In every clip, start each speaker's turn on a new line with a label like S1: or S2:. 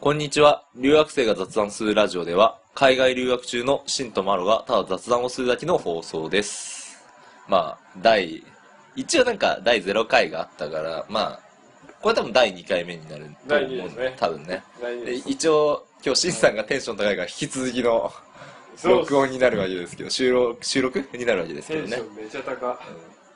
S1: こんにちは。留学生が雑談するラジオでは、海外留学中のシンとマロがただ雑談をするだけの放送です。まあ、第、一応なんか第0回があったから、まあ、これ多分第2回目になると思う
S2: 第二ですね
S1: 多分ね。
S2: 大丈夫
S1: で
S2: です
S1: 一応、今日シンさんがテンション高いから引き続きの
S2: そうっす
S1: 録音になるわけですけど、収録、収録になるわけですけ
S2: テ
S1: ど
S2: ンシ
S1: ね。
S2: ョンめちゃ高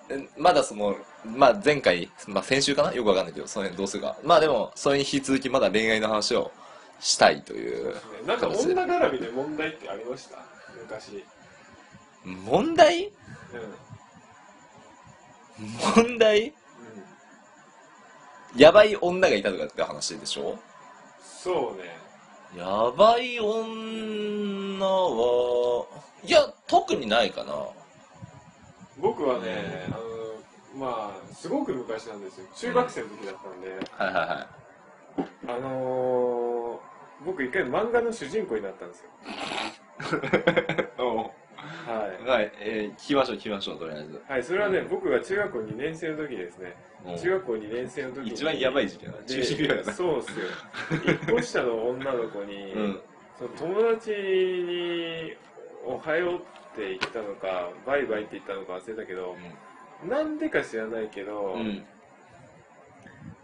S1: うんまだその、まあ、前回、まあ、先週かなよくわかんないけど、その辺どうするか。まあでも、それに引き続きまだ恋愛の話をしたいという。
S2: なんか女絡みで問題ってありました昔
S1: 問題
S2: うん、うん、
S1: 問題やばい女がいたとかって話でしょ
S2: そうね
S1: やばい女は、いや、特にないかな。
S2: 僕はねあのまあすごく昔なんですよ中学生の時だったんで、
S1: はいはいは
S2: あのー、僕一回漫画の主人公になったんですよ
S1: い。
S2: は
S1: はい、えー聞きましょう聞きましょう、とりあえず。
S2: い、はい、それはね、僕が中学校2年生の時にですね中学校2年生の時に
S1: 一番やばい時期だな。中二病やな。
S2: そうっすよ一個下の女の子に、
S1: うん。
S2: その友達に「おはよう」って言ったのか「バイバイ」って言ったのか忘れたけどなんでか知らないけど、
S1: うん。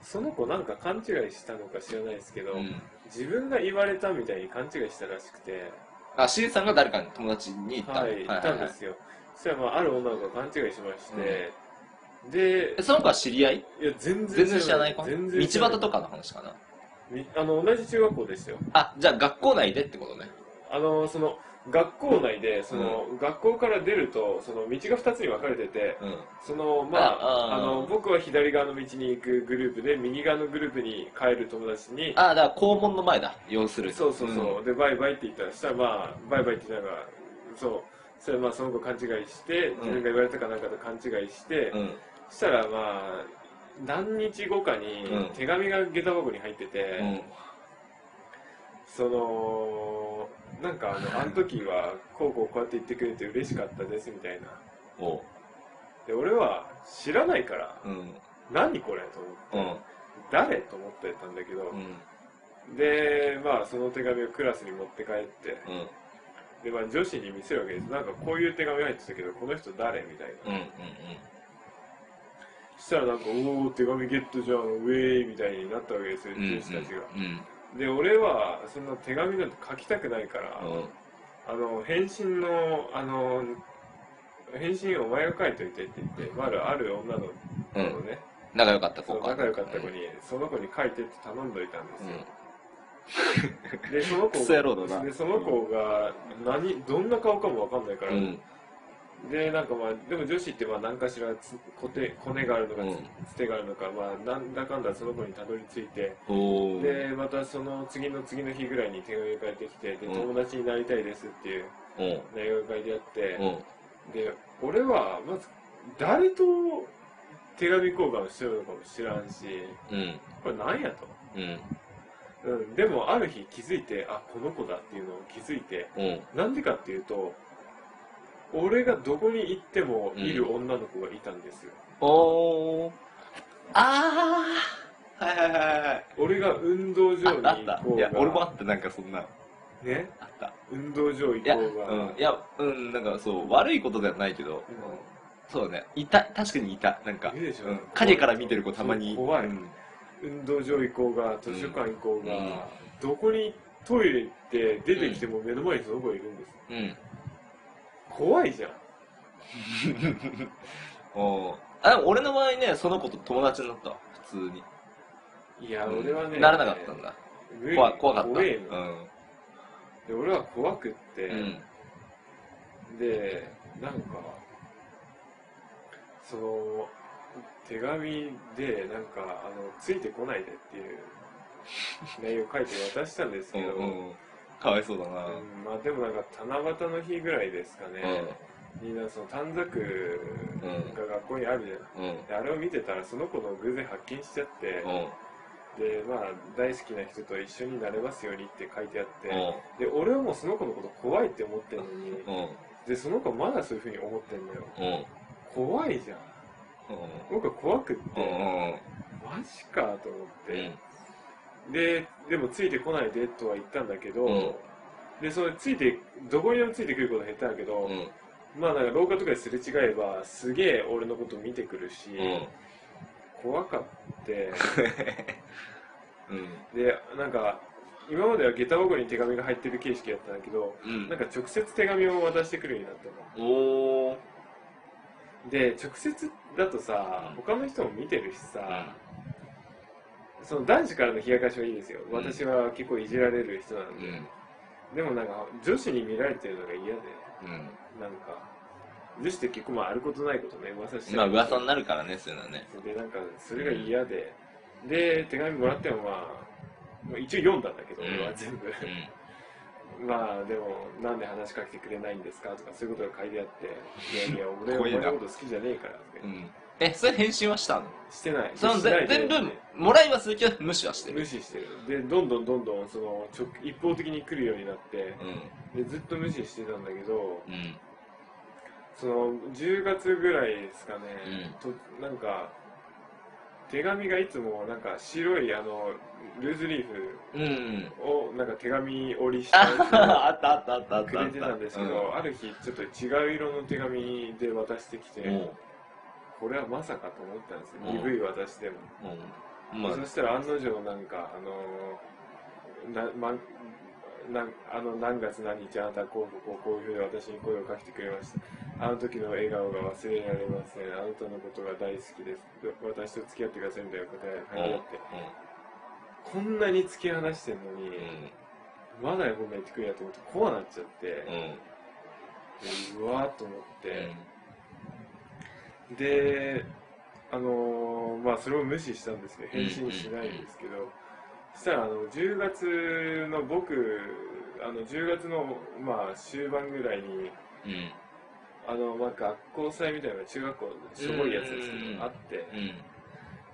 S2: その子なんか勘違いしたのか知らないですけど、
S1: うん。
S2: 自分が言われたみたいに勘違いしたらしくて
S1: あ、シンさんが誰かに友達に行った
S2: はいいたんですよそしたら、まあ、ある女の子が勘違いしまして、で
S1: えその子は知り合い
S2: いや
S1: 全
S2: 全然
S1: 然知らない子
S2: 全然知
S1: 道
S2: らな
S1: 端
S2: い
S1: とかの話かな
S2: みあの同じ中学校ですよ
S1: あじゃあ学校内でってことね
S2: あのその学校内でその、学校から出るとその道が2つに分かれてて
S1: うん
S2: そのま
S1: ああ
S2: ああ
S1: ー
S2: の僕は左側の道に行くグループで右側のグループに帰る友達に
S1: あだから校門の前だ要するに
S2: そうそうそう、でバイバイって言ったらしたらまあバイバイって言ったらそうそれまあその子勘違いして自分が言われたかなんかと勘違いして、
S1: うん、
S2: したらまあ何日後かに
S1: うん
S2: 手紙が下駄箱に入ってて、
S1: うん
S2: そのなんかあのあの時はこうこうこうやって言ってくれて嬉しかったですみたいな
S1: おう
S2: で俺は知らないから
S1: うん
S2: 何これと思って。
S1: うん
S2: 誰と思ってたんだけど
S1: う、ん
S2: でまあその手紙をクラスに持って帰って
S1: うん
S2: で、まあ、女子に見せるわけですなんかこういう手紙入ってたけどこの人誰みたいな、
S1: うんうん
S2: そしたらなんか「おお手紙ゲットじゃんウェイ」みたいになったわけですよ
S1: うんうん
S2: 女子たちが、
S1: うん
S2: で俺はそんな手紙なんて書きたくないから、
S1: うん
S2: あの返信のあの返信お前が書いといてって言って、まあ、あるある女の子
S1: う
S2: の
S1: ん
S2: ね、
S1: 仲良かった
S2: そ
S1: 子
S2: の
S1: か
S2: 仲良かった子に、その子に書いてって頼んどいたんです
S1: う
S2: よ、
S1: ん
S2: でその子
S1: クソ野郎だな
S2: でその子が何どんな顔かもわかんないから、
S1: うん
S2: でなんかまあでも女子ってまあ何かしらつこてコネがあるのか
S1: うん
S2: つつてがあるのか、まあなんだかんだその子にたどり着いて
S1: おー
S2: でまたその次の次の日ぐらいに手紙が返ってきてで
S1: うん
S2: 友達になりたいですっていう
S1: うん
S2: 内容が書いてあって
S1: うん
S2: で俺はまず誰と手紙交換をしてるのかも知らんし
S1: うん
S2: これなんやと。
S1: うん
S2: うん、でもある日気づいてあこの子だっていうのを気づいて
S1: うん
S2: なんでかっていうと俺がどこに行ってもいる女の子がいたんですよ、
S1: おーあーはいはいはいはい
S2: 俺が運動場に
S1: ああ
S2: 行
S1: っ
S2: こ
S1: た
S2: う
S1: い
S2: が
S1: や俺もあったなんかそんな
S2: ね
S1: あった
S2: 運動場行こ
S1: いや、う
S2: うが
S1: ん、いや、うん、なんかそう、悪いことではないけど、そうだね、いた、確かにいた、なんか、
S2: いるでしょ
S1: うん影から見てる子たまに、
S2: そう怖い
S1: うん
S2: 運動場行こうが図書館行こうが、
S1: うん
S2: どこにトイレ行って出てきても目の前にその子がいるんです、
S1: うん。
S2: 怖いじゃん
S1: おーあ、でも俺の場合ね、その子と友達になったわ、普通に。
S2: いや
S1: うん
S2: 俺はね、
S1: ならなかったんだ。
S2: 無理
S1: 怖い怖かった。
S2: 怖
S1: う
S2: えの
S1: ん。
S2: で俺は怖くって、
S1: うん。
S2: でなんかその手紙でなんかあのついてこないでっていう内容書いて渡したんです
S1: う
S2: け
S1: ん
S2: ど、
S1: うん。かわいそうだな。
S2: うんまあでもなんか七夕の日ぐらいですかね、みんなその短冊が学校にあるじゃない、
S1: うん。うん。
S2: であれを見てたらその子の偶然発見しちゃって、
S1: うん。
S2: でまあ大好きな人と一緒になれますようにって書いてあって、
S1: う
S2: で俺はもうその子のこと怖いって思ってるのに、
S1: ん。うん。
S2: でその子はまだそういうふうに思ってんだよ
S1: うん。うん。
S2: 怖いじゃん僕は怖くって、
S1: うん。
S2: マジかと思って、で、でもついてこないでとは言ったんだけど、
S1: うん
S2: で、そのついて、どこにでもついてくること減ったんだけど、
S1: うん
S2: まあなんか廊下とかですれ違えば、すげえ俺のこと見てくるし、
S1: うん
S2: 怖かって、
S1: うん
S2: で、なんか、今までは下駄箱に手紙が入ってる形式だったんだけど、
S1: うん
S2: なんか直接手紙を渡してくるようになったの。
S1: おー
S2: で、直接だとさ、
S1: うん
S2: 他の人も見てるし
S1: うん
S2: さ、その男子からの冷やかしはいいですよ。
S1: うん
S2: 私は結構いじられる人なん
S1: う
S2: で。
S1: ん
S2: でもなんか、女子に見られてるのが嫌で、
S1: うん
S2: なんか、女子って結構まああることないことね、噂して
S1: まあ噂になるからねそういうのはね
S2: で、なんか、それが嫌で、で、手紙もらってもまあ、まあ一応読んだんだけど、
S1: うん
S2: 俺は全部。
S1: う
S2: まあでも、なんで話しかけてくれないんですかとか、そういうことが書いてあって、いやいや、俺はお
S1: 怖い
S2: 前
S1: な
S2: のこと好きじゃねえからとか言って、
S1: んうんえそれ返信はしたの
S2: してない。
S1: その
S2: しない
S1: ぜ全
S2: で
S1: 部もらいはするけど無視はして
S2: 無
S1: る
S2: 視してる。で、どんどんどんどん、その、ちょ一方的に来るようになって、
S1: う
S2: で、ずっと無視してたんだけど、
S1: んうん
S2: その、10月ぐらいですかね、となんか、手紙がいつも、なんか、白い、あの、ルーズリー
S1: うん
S2: フを、なんか手紙折りしたやつを
S1: ああったあったあったあった
S2: くれてたんですけど、ある日、ちょっと違う色の手紙で渡してきて、
S1: うんうん
S2: これはまさかと思ったんですよ、
S1: うん
S2: 鈍い私でも、
S1: うんまあ
S2: そしたら案の定なんかあのーな、ま、なんあの何月何日あなたはこうこうこうこういうふうに私に声をかけてくれましたあの時の笑顔が忘れられませんあなたのことが大好きです私と付き合ってくださいみたいなことが書いてあってこんなに突き放してんのに、
S1: う
S2: まだこんな言ってくれやと思って怖なっちゃって、
S1: んうん
S2: でうわーっと思って、
S1: う
S2: で、あのーまあ、それを無視したんですけど、返信しないんですけど、したら、あの、10月の僕、あの、10月の、まあ、終盤ぐらいに、
S1: んうん
S2: あの、まあ、学校祭みたいな、中学校のすごいやつです
S1: うんうん
S2: け
S1: うん
S2: ど、あって、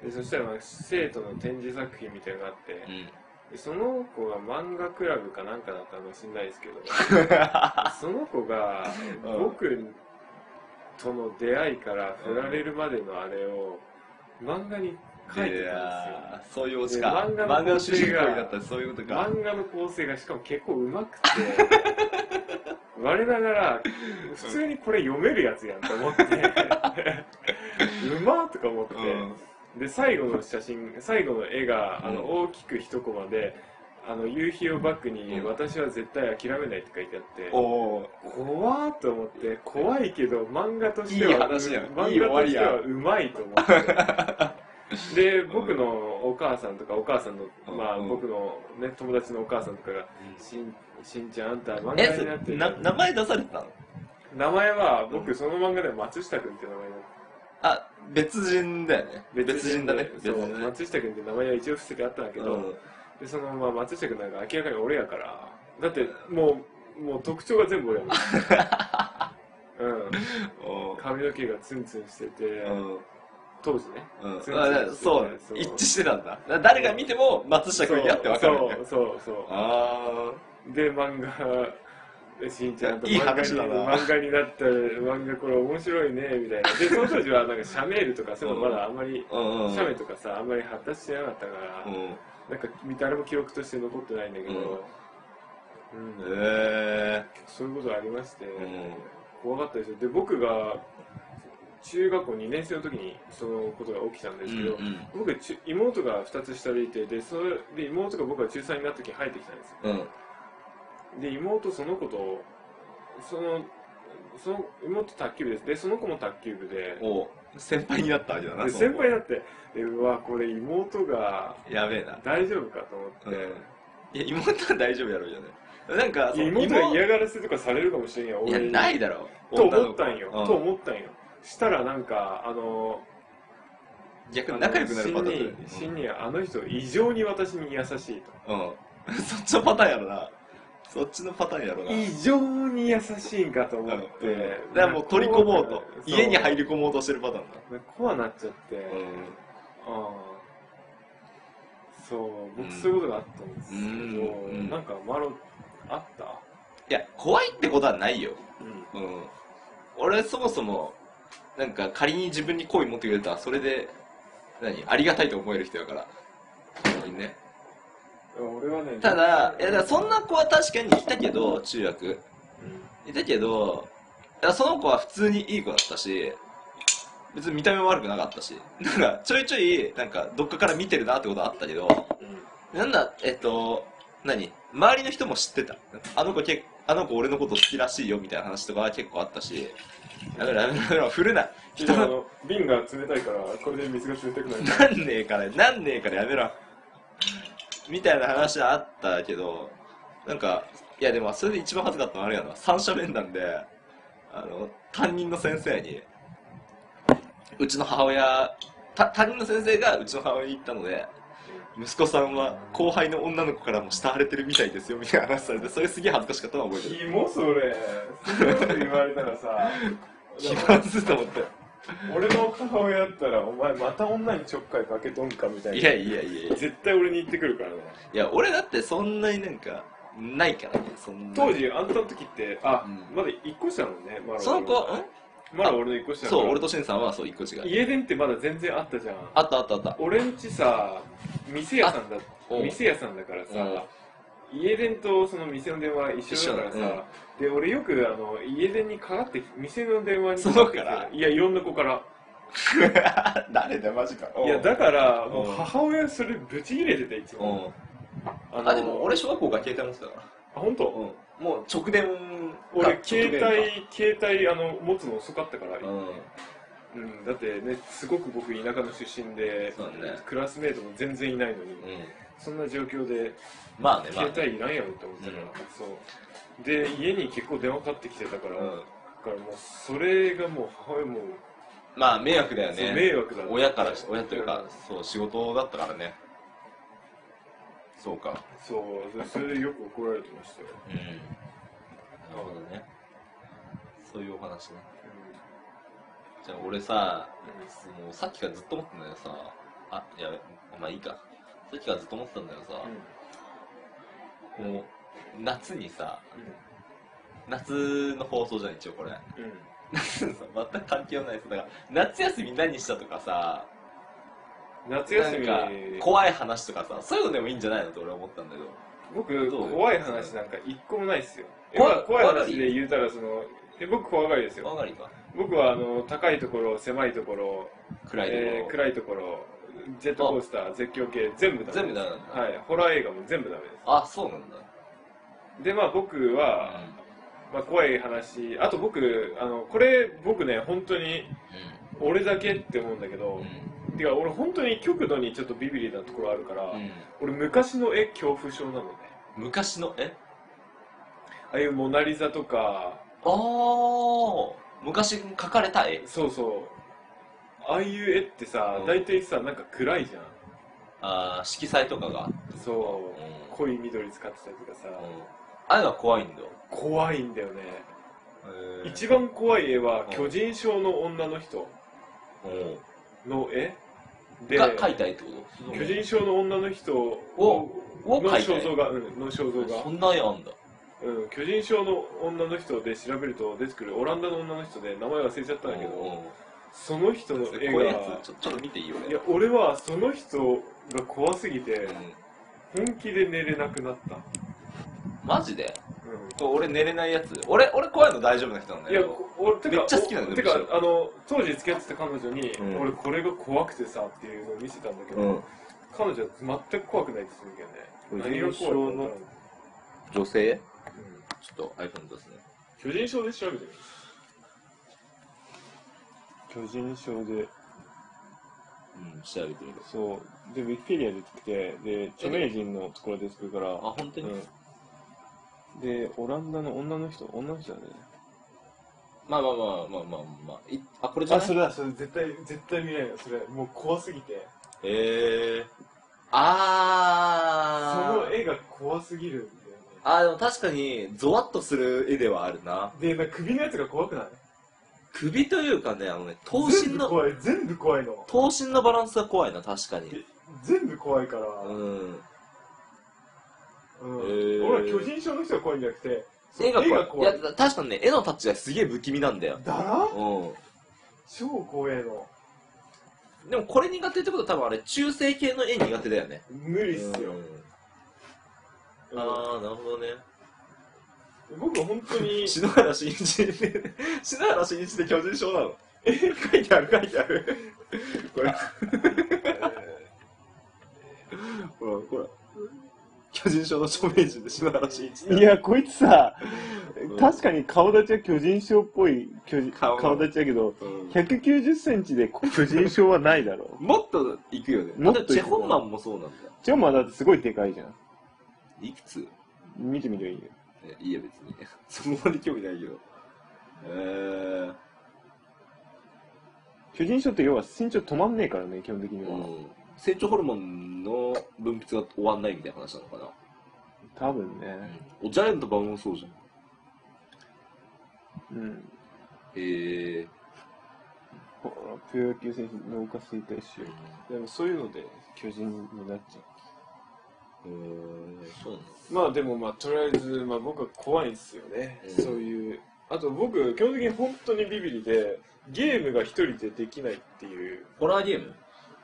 S1: うん
S2: で、そしたら、まあ、生徒の展示作品みたいなのがあって、
S1: うん
S2: でその子が漫画クラブかなんかだったのか知んない ですけど、その子が
S1: うん
S2: 僕との出会いから振られるまでのあれを漫画に書いてたん
S1: やーそういうオチか
S2: で漫画の
S1: 漫画の主人公になったらそういうこと
S2: ですよ。
S1: か
S2: 漫画の構成がしかも結構うまくて、我ながら普通にこれ読めるやつやんと 思って、うまーとか思って、で最後の写真最後の絵があ
S1: う
S2: の
S1: ん
S2: 大きく一コマであの夕日をバックに
S1: うん
S2: 「私は絶対諦めない」って書いてあって
S1: おー
S2: 怖ーと思って怖いけど漫画として
S1: いい
S2: は
S1: 話やんいい
S2: 漫
S1: 終わ
S2: 画と
S1: り
S2: して
S1: やん
S2: はうまいと思ってで僕のお母さんとかお母さんのまあ
S1: うん
S2: 僕のね友達のお母さんとかが「しんしんちゃんあんた漫画
S1: え
S2: になって
S1: そ
S2: る
S1: な名前出されてたの
S2: 名前は
S1: う
S2: 僕
S1: ん
S2: その漫画では松下君って名前なんです
S1: あ別人だよね別人だね
S2: そ
S1: 別
S2: う
S1: 人だね
S2: 松下君って名前は一応伏せてあったんだけど、でそのまま松下君なんか明らかに俺やからだってもうもう特徴が全部俺やもんうん
S1: おー
S2: 髪の毛がツンツンしてて、
S1: うん
S2: 当時ね
S1: うん
S2: そう
S1: あだからそう
S2: そう
S1: 一致してたんだだから誰が見ても松下君やってわかるみたいな
S2: そうそうそ
S1: あ
S2: うで漫画でしんちゃんと
S1: いやいい
S2: 漫画
S1: 話
S2: に
S1: だな
S2: 漫画になった漫画これ面白いねみたいなでその当時はなんかシャメールとかそういうのまだあんまり
S1: あうんうんうん
S2: シャメとかさあんまり発達してなかったから、なんか誰も記録として残ってないんだけど、うん
S1: うんへ
S2: そういうことありまして、
S1: ん
S2: 怖かったですよで僕が中学校2年生の時にそのことが起きたん
S1: え
S2: ですけど、
S1: うん
S2: 僕ちゅ妹が2つ下でいてでそれで妹が僕が中3になった時に入ってきたんですよ
S1: うん
S2: で妹その子とそのその妹卓球部ですでその子も卓球部で
S1: おう先輩になったわけだな
S2: で
S1: その
S2: 先
S1: 子
S2: 輩だってでうわこれ妹が
S1: やべえな
S2: 大丈夫かと思って、
S1: いや妹は大丈夫やろうよねなんか
S2: いや妹が嫌がらせとかされるかもしれんやん
S1: い
S2: 俺
S1: や
S2: に
S1: ないだろ
S2: と思ったんよ、
S1: 女の子
S2: と
S1: うん
S2: 思ったんよしたらなんかあの
S1: 逆に仲良くなるパターンだよね
S2: 新人新人あの人異常に私に優しいと
S1: うん そっちのパターンやろなそっちのパターンやろな
S2: 異常に優しいんかと思
S1: う
S2: っ
S1: ん
S2: て、
S1: だからもう取り込もうと
S2: そう
S1: 家に入り込もうとしてるパターンだ
S2: 怖なっちゃって、
S1: うん
S2: ああそう
S1: うん
S2: 僕そういうことがあったんですけど、
S1: うんうん
S2: なんかマロあった
S1: いや怖いってことはないよ
S2: うん
S1: うん俺そもそもなんか仮に自分に好意持ってくれたらそれで何ありがたいと思える人やから本当にね
S2: かんないん
S1: ただ、いや、だからそんな子は確かにいたけど、中学。いたけど、いやその子は普通にいい子だったし、別に見た目も悪くなかったし、なんか、ちょいちょい、なんか、どっかから見てるなってことはあったけど、
S2: うん。うん
S1: なんだ、えっと、何周りの人も知ってた。あの子け、あの子俺のこと好きらしいよみたいな話とかは結構あったし、やめろやめろやめろ、振るな。
S2: で
S1: 人
S2: もあ
S1: の、
S2: の、瓶が冷たいから、これで水が冷たくな る。
S1: なんねえから、なんねえからやめろ。みたいな話はあったけど、なんか、いやでもそれで一番恥ずかったのはあれやな、三者面談で、あの、担任の先生に、うちの母親、た担任の先生がうちの母親に言ったので、息子さんは後輩の女の子からも慕われてるみたいですよみたいな話されてそれすげえ恥ずかしかったのは覚えてる
S2: キモそれ。そんなこと言われたら さ、
S1: 気まずいと思って
S2: 俺の母親だったら、お前また女にちょっかいかけとんかみたいな。
S1: いやいやいやいや
S2: 絶対俺に言ってくるからね。
S1: いや俺だってそんなになんかないからねそんな
S2: 当時、あんたの時って、あ、
S1: うん
S2: まだ一個下なのね、マロ。
S1: その子ん
S2: まだ俺の一個下だか
S1: そ
S2: ら
S1: う俺としんさんはそう一個違う
S2: 家電ってまだ全然あったじゃん。
S1: あったあったあった
S2: 俺んちさ店屋さんだ
S1: おう
S2: 店屋さんだからさ、家電とその店の電話一緒だから
S1: 一緒だね
S2: さ、で俺よくあの家電にかかってき店の電話にか
S1: そ
S2: か
S1: う
S2: って
S1: か
S2: き
S1: ら
S2: ていやいろんな子から
S1: 誰だマジか
S2: いやだから
S1: うん
S2: もう母親それぶち切れてていつ
S1: う
S2: も
S1: ん
S2: あの
S1: あでも俺小学校から携帯持ってたから
S2: あ本当
S1: うんもう直電
S2: 俺
S1: か
S2: 携
S1: 直電か
S2: 帯携帯あの持つの遅かったから、
S1: うん
S2: うん、だってねすごく僕田舎の出身で
S1: そうだね
S2: クラスメートも全然いないのに、
S1: うん
S2: そんな状況で
S1: まあねまあ
S2: 携
S1: ね
S2: 帯いらんやろって思ってたから、そうで家に結構電話かかってきてたから、
S1: う
S2: だ
S1: ん
S2: からもうそれがもう母親もう
S1: まあ迷惑だよ
S2: そう
S1: ね
S2: 迷惑だ、
S1: 親からし親というかそう仕事だったからねそうか
S2: そうそれでよく怒られてましたよ、
S1: うんなるほどねそういうお話ねじゃあ俺さもうさっきからずっと思ってたんだけどさあやべまあいいかさっきからずっと思ってたんだけどさ
S2: うん、
S1: もう夏にさ
S2: う
S1: 夏の放送じゃん一応これ
S2: んうん
S1: 全く関係ないですだから夏休み何したとかさ
S2: 夏休み
S1: なんか怖い話とかさそういうのでもいいんじゃないのって俺は思ったんだけど
S2: 僕
S1: どう
S2: 怖い話なんか一個もないっすよえ
S1: 怖い
S2: まあ怖い
S1: 怖が
S2: 話
S1: り
S2: で言うたらそのえ僕怖がりですよ
S1: わかりか
S2: 僕はあの高いところ狭いところ
S1: 暗いところ、
S2: えー暗いところジェットコースター絶叫系全部ダメです
S1: 全部ダメなんだ
S2: はいホラー映画も全部ダメです
S1: あそうなんだ
S2: でまあ僕は、まあ、怖い話あと僕あのこれ僕ね本当に俺だけって思うんだけ
S1: う
S2: ど
S1: ん、
S2: てか俺本当に極度にちょっとビビリなところあるから、
S1: うん
S2: 俺昔の絵恐怖症なのね
S1: 昔のえ
S2: ああいう「モナ・リザ」とか
S1: ああ昔描かれた絵
S2: そうそうああいう絵ってさ
S1: うん
S2: 大体さなんか暗いじゃん
S1: あー色彩とかが
S2: そううん濃い緑使ってたりとかさ
S1: うんああいうのは怖いんだよ
S2: 怖いんだよね
S1: へー
S2: 一番怖い絵は
S1: うん
S2: 巨人症の女の人
S1: うん
S2: の絵で
S1: が描いた絵ってこと
S2: 巨人症の女の人
S1: を
S2: を
S1: を
S2: の
S1: 描いた
S2: 肖像
S1: 絵
S2: 画、うん、の肖像画
S1: そ、んな絵あんだ
S2: うん、巨人症の女の人で調べると出てくるオランダの女の人で名前忘れちゃったんだけど、
S1: うんうん
S2: その人の
S1: こう
S2: 絵
S1: いうや
S2: が
S1: つちょちょっと見ていいよ
S2: い
S1: ね
S2: や俺はその人が怖すぎて
S1: うん
S2: 本気で寝れなくなった、
S1: マジで
S2: う
S1: これ俺寝れないやつ俺俺怖いの大丈夫な人なん
S2: ん、
S1: だ
S2: い
S1: け
S2: や
S1: ど
S2: こ俺てか
S1: めっちゃ好きなんだよ
S2: てか
S1: むしろ
S2: あの当時付き合ってた彼女に、
S1: うん
S2: 俺これが怖くてさっていうのを見せたんだけど、
S1: うん
S2: 彼女は全く怖くないって言うんだよね何が
S1: 巨人症
S2: 怖い
S1: の
S2: のか
S1: 女性
S2: 分からんうん
S1: ちょっと iPhone 出すね
S2: 巨人症で調べてみる巨人症
S1: う
S2: で
S1: ん調べてみる
S2: そうでウィキペディア出てきてで著名人のところでするから
S1: あ本当に
S2: うん、でオランダの女の人女の人だね
S1: まあまあまあまあまあまあいあこれじゃ
S2: あ
S1: ない
S2: それだそれ絶対絶対見ないよそれもう怖すぎて
S1: えー、
S2: そ
S1: あー
S2: の絵が怖すぎるんだよね
S1: あーでも確かにゾワッとする絵ではあるな
S2: でなんか首のやつが怖くない
S1: 首というかねあのね頭身
S2: 全部
S1: の
S2: 怖い全部怖いの
S1: 頭身のバランスが怖いな確かに
S2: 全部怖いから、
S1: うん
S2: うん
S1: へー
S2: 俺は巨人症の人が怖いんじゃなくてその
S1: 絵が怖い
S2: 怖い
S1: いや確かにね絵のタッチがすげえ不気味なんだよ
S2: だら
S1: うん
S2: 超怖えの
S1: でもこれ苦手ってことは多分あれ中性系の絵苦手だよね
S2: 無理っすよ、
S1: うん
S2: うん
S1: ああ、なるほどね。
S2: 僕本 当に
S1: 篠原慎一で、 篠原慎一で巨人症なのえ、書いてある書いてある。こ れ、ほら、ほら。巨人症の著名人で篠原慎一だ
S3: い、や、こいつさ
S1: うん、
S3: 確かに顔立ちは巨人症っぽい巨人
S1: 顔
S3: 顔立ちだけど、
S1: うん。
S3: 190センチで巨人症はないだろ
S1: もっといくよね。
S3: もっと
S1: あ
S3: いく
S1: チェホンマンもそうなんだ。
S3: ジョンマだってすごいでかいじゃん。
S1: いくつ
S3: 見てみりゃいいよ。
S1: えいいや別に。 そこまで興味ないけど。えー、
S3: 巨人症って要は身長止まんねえからね、基本的には。
S1: うん。成長ホルモンの分泌が終わんないみたいな話なのかな。
S3: 多分ね。
S1: おジャイアントバウンもそうじゃん。
S3: うん。
S1: えー、
S3: ほら、プロ野球選手、脳下垂体腫瘍。
S2: でもそういうので
S3: 巨人になっちゃ
S1: うん、そうなんだ。
S2: まあでもまあとりあえず、まあ、僕は怖いんですよね、
S1: うん
S2: そういうあと僕基本的に本当にビビりでゲームが一人でできないっていう
S1: ホラーゲーム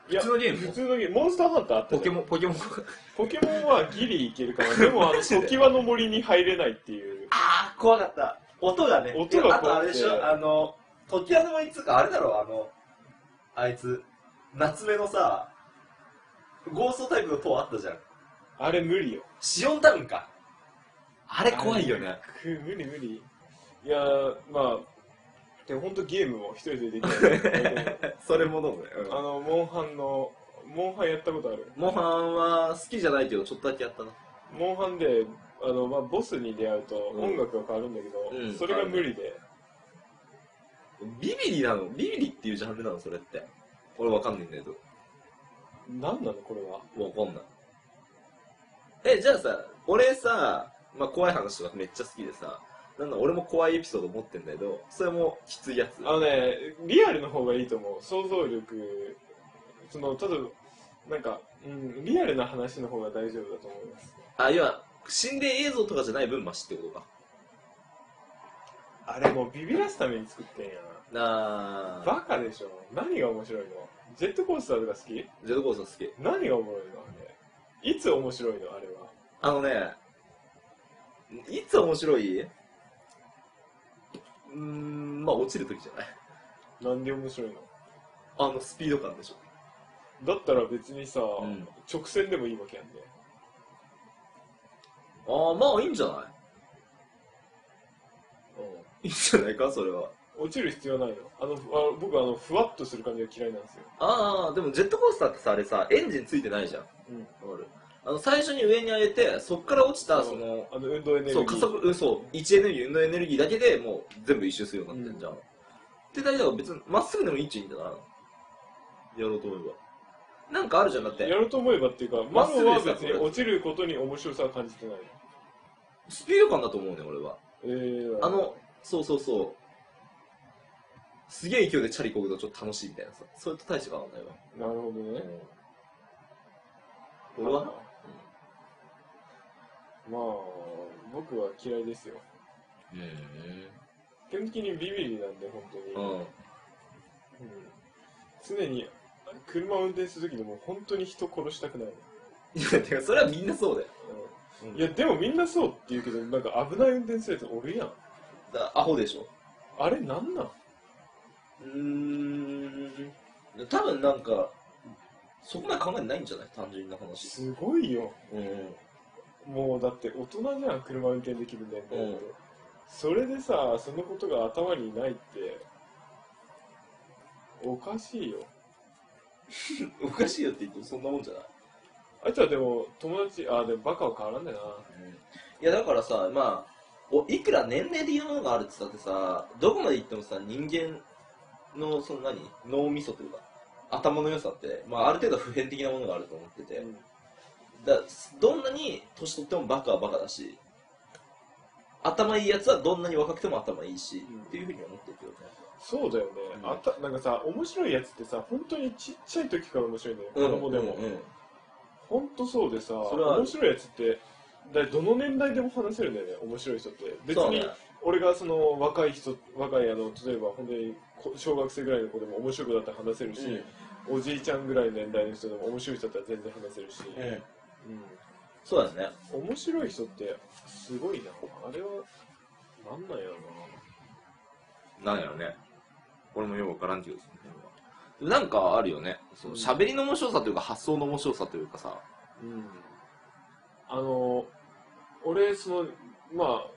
S2: いや
S1: 普通のゲーム
S2: 普通のゲームモンスターハンターあった
S1: ポ
S2: じ
S1: ケ
S2: ゃん
S1: モン、ポケモン。
S2: ポケモンはギリいけるかなでもあの常盤の森に入れないっていう
S1: ああ、怖かった。音がね
S2: 音が怖くて
S1: あとあれでしょ、あの、時矢の森っつうか、あれだろ、あの、あいつ、夏目のさ、ゴーストタイプの塔あったじゃん。
S2: あれ無理よ
S1: シオンタウンか。あれ怖いよね。
S2: く無理無理いやーまあでも本当ゲームも一人でできない
S1: それもどうね。
S2: あのモンハンのモンハンやったことある
S1: モンハンは好きじゃないけど、ちょっとだけやったな。
S2: モンハンであの、まあ、ボスに出会うと
S1: うん
S2: 音楽が変わるんだけど、
S1: うん
S2: それが無理で、
S1: ビビリなのビビリっていうジャンルなのそれって。俺わかんないんだけど。
S2: なん、何なのこれは
S1: わかんない。え、じゃあさ、俺さ、まあ、怖い話とかめっちゃ好きでさ、なんだ俺も怖いエピソード持ってんだけど、それもきついやつ。
S2: あのねリアルの方がいいと思う想像力そのただなんか、うん、リアルな話の方が大丈夫だと思います
S1: あ、要は、心霊映像とかじゃない分マシってことか。
S2: あれもうビビらすために作ってんや
S1: な
S2: な
S1: あ
S2: バカでしょ何が面白いのジェットコースターとか好き
S1: ジェットコースター好き。
S2: 何がおもろいのあれいつ面白いのあれは
S1: あのね、いつ面白いうーん、まあ、落ちるときじゃない。
S2: なんで面白いの
S1: あの、スピード感でしょ。
S2: だったら別にさ、
S1: ん
S2: 直線でもいいわけやんね
S1: ああ、まあ、いいんじゃないいいんじゃないか、それは。
S2: 落ちる必要ないのあのあ僕あのふわっとする感じが嫌いなんですよ、
S1: ああ、でもジェットコースターってさ、あれさ、エンジンついてないじゃん。
S2: うん、
S1: わかるあの最初に上に上げてそこから落ちたその
S2: あの運動エネルギー
S1: そう加速うんそう位置エネルギー運動エネルギーだけでもう全部一周するようになってんじゃん、って大体は別にまっすぐでもいいんじゃないやろうと思えばなんかあるじゃんだって
S2: やろうと思えばっていうか
S1: ま
S2: マ
S1: っす
S2: ロ
S1: ぐ
S2: は
S1: ですか
S2: 別に落ちることに面白さは感じてない
S1: スピード感だと思うね俺は
S2: えー、
S1: あのそうそうそうすげえ勢いでチャリこぐとちょっと楽しいみたいなさそれと大して変わんないわ
S2: なるほどね
S1: 俺は
S2: まあ僕は嫌いですよ
S1: う
S2: 基本的にビビリなんで本当に、
S1: んうん
S2: うん常に車を運転する時にもう本当に人殺したくないの、
S1: いやてかそれはみんな そうだよ、
S2: うんいやでもみんなそうって言うけどなんか危ない運転するやつおるやん
S1: だからアホでしょ
S2: あれなんなん
S1: うーん多分なんかそこまで考えてないんじゃない単純な話
S2: すごいよ
S1: うん
S2: もうだって大人じゃん車運転できる年齢って、
S1: う
S2: それでさそのことが頭にないっておかしいよ
S1: おかしいよって言ってもそんなもんじゃない、
S2: あいつはでも友達あでもバカは変わらんだよ
S1: いやだからさまあおいくら年齢的なものがあるって言ったってさどこまでいってもさ人間のその何脳みそというか頭の良さって、まあ、ある程度普遍的なものがあると思ってて、
S2: な、うん
S1: だどんなに年取ってもバカはバカだし頭いいやつはどんなに若くても頭いいし、
S2: うん
S1: っていうふうに思ってるけどね
S2: そうだよね、
S1: うん
S2: あたなんかさ面白いやつってさ本当にちっちゃい時から面白いんだよ子供でも、
S1: うんうん
S2: 本当そうでさ
S1: それはある
S2: 面白いやつってだどの年代でも話せるんだよね面白い人って別
S1: そうね
S2: に俺がその若い人若いあの例えば本当にこ小学生ぐらいの子でも面白くだったら話せるし、おじいちゃんぐらいの年代の人でも面白い人だったら全然話せるし、
S1: うん
S2: うん
S1: そうですね。
S2: 面白い人ってすごいなあれはなんなんやろ
S1: なんやろね。俺もよくわからんけど、その辺は。でもなんかあるよね。そう、喋りの面白さというか、発想の面白さというかさ。
S2: なうんあの俺そのまあ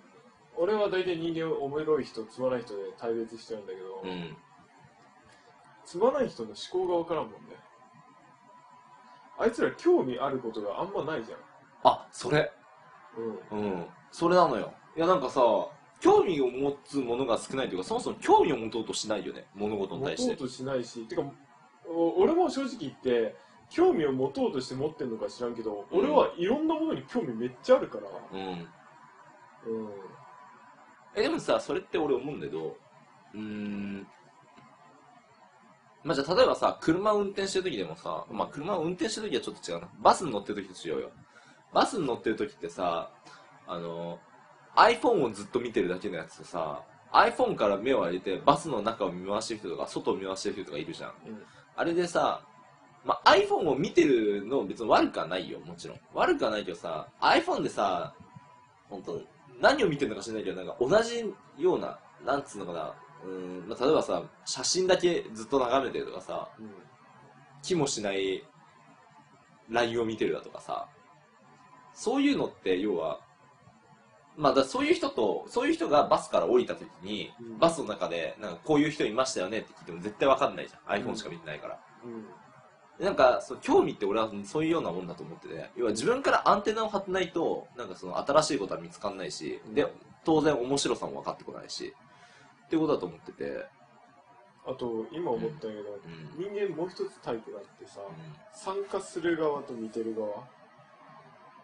S2: 俺は大体人間を面白い人つまらない人で対別してるんだけど、
S1: うん。
S2: つまらない人の思考がわからんもんねあいつら興味あることがあんまないじゃん
S1: あ、それ。
S2: うん
S1: うん。それなのよ。いや、なんかさ、興味を持つものが少ないというか、そもそも興味を持とうとしないよね。物事に
S2: 持
S1: 対し
S2: とう
S1: て。
S2: としないしてかお俺も正直言って興味を持とうとして持ってんのか知らんけど、
S1: うん
S2: 俺はいろんなものに興味めっちゃあるから
S1: うん。
S2: うん
S1: え、でもさ、それって俺思うんだけど、うーん。まあ、じゃあ、例えばさ、車を運転してる時でもさ、まあ、車を運転してる時はちょっと違うな。バスに乗ってる時としようよ。バスに乗ってる時ってさ、あの、iPhone をずっと見てるだけのやつとさ、iPhone から目を上げてバスの中を見回してる人とか、外を見回してる人とかいるじゃん。
S2: うん
S1: あれでさ、まあ、iPhone を見てるの別に悪くはないよ、もちろん。悪くはないけどさ、iPhone でさ、本当何を見てるのか知らないけど、なんか同じような、なんつうのかな、うーん、まあ、例えばさ、写真だけずっと眺めてるとかさ、
S2: うん
S1: 気もしない LINE を見てるだとかさ、そういうのって要は、まあ、だからそういう人と、そういう人がバスから降りた時に、
S2: うん
S1: バスの中で、なんかこういう人いましたよねって聞いても絶対わかんないじゃん。
S2: うん
S1: iPhone しか見てないから。
S2: うん
S1: なんかそう興味って俺はそういうようなもんだと思ってて要は自分からアンテナを張ってないとなんかその新しいことは見つかんないしで当然面白さも分かってこないしっていうことだと思ってて、
S2: あと今思ったんやけど、
S1: うん
S2: 人間もう一つタイプがあってさ
S1: うん
S2: 参加する側と見てる側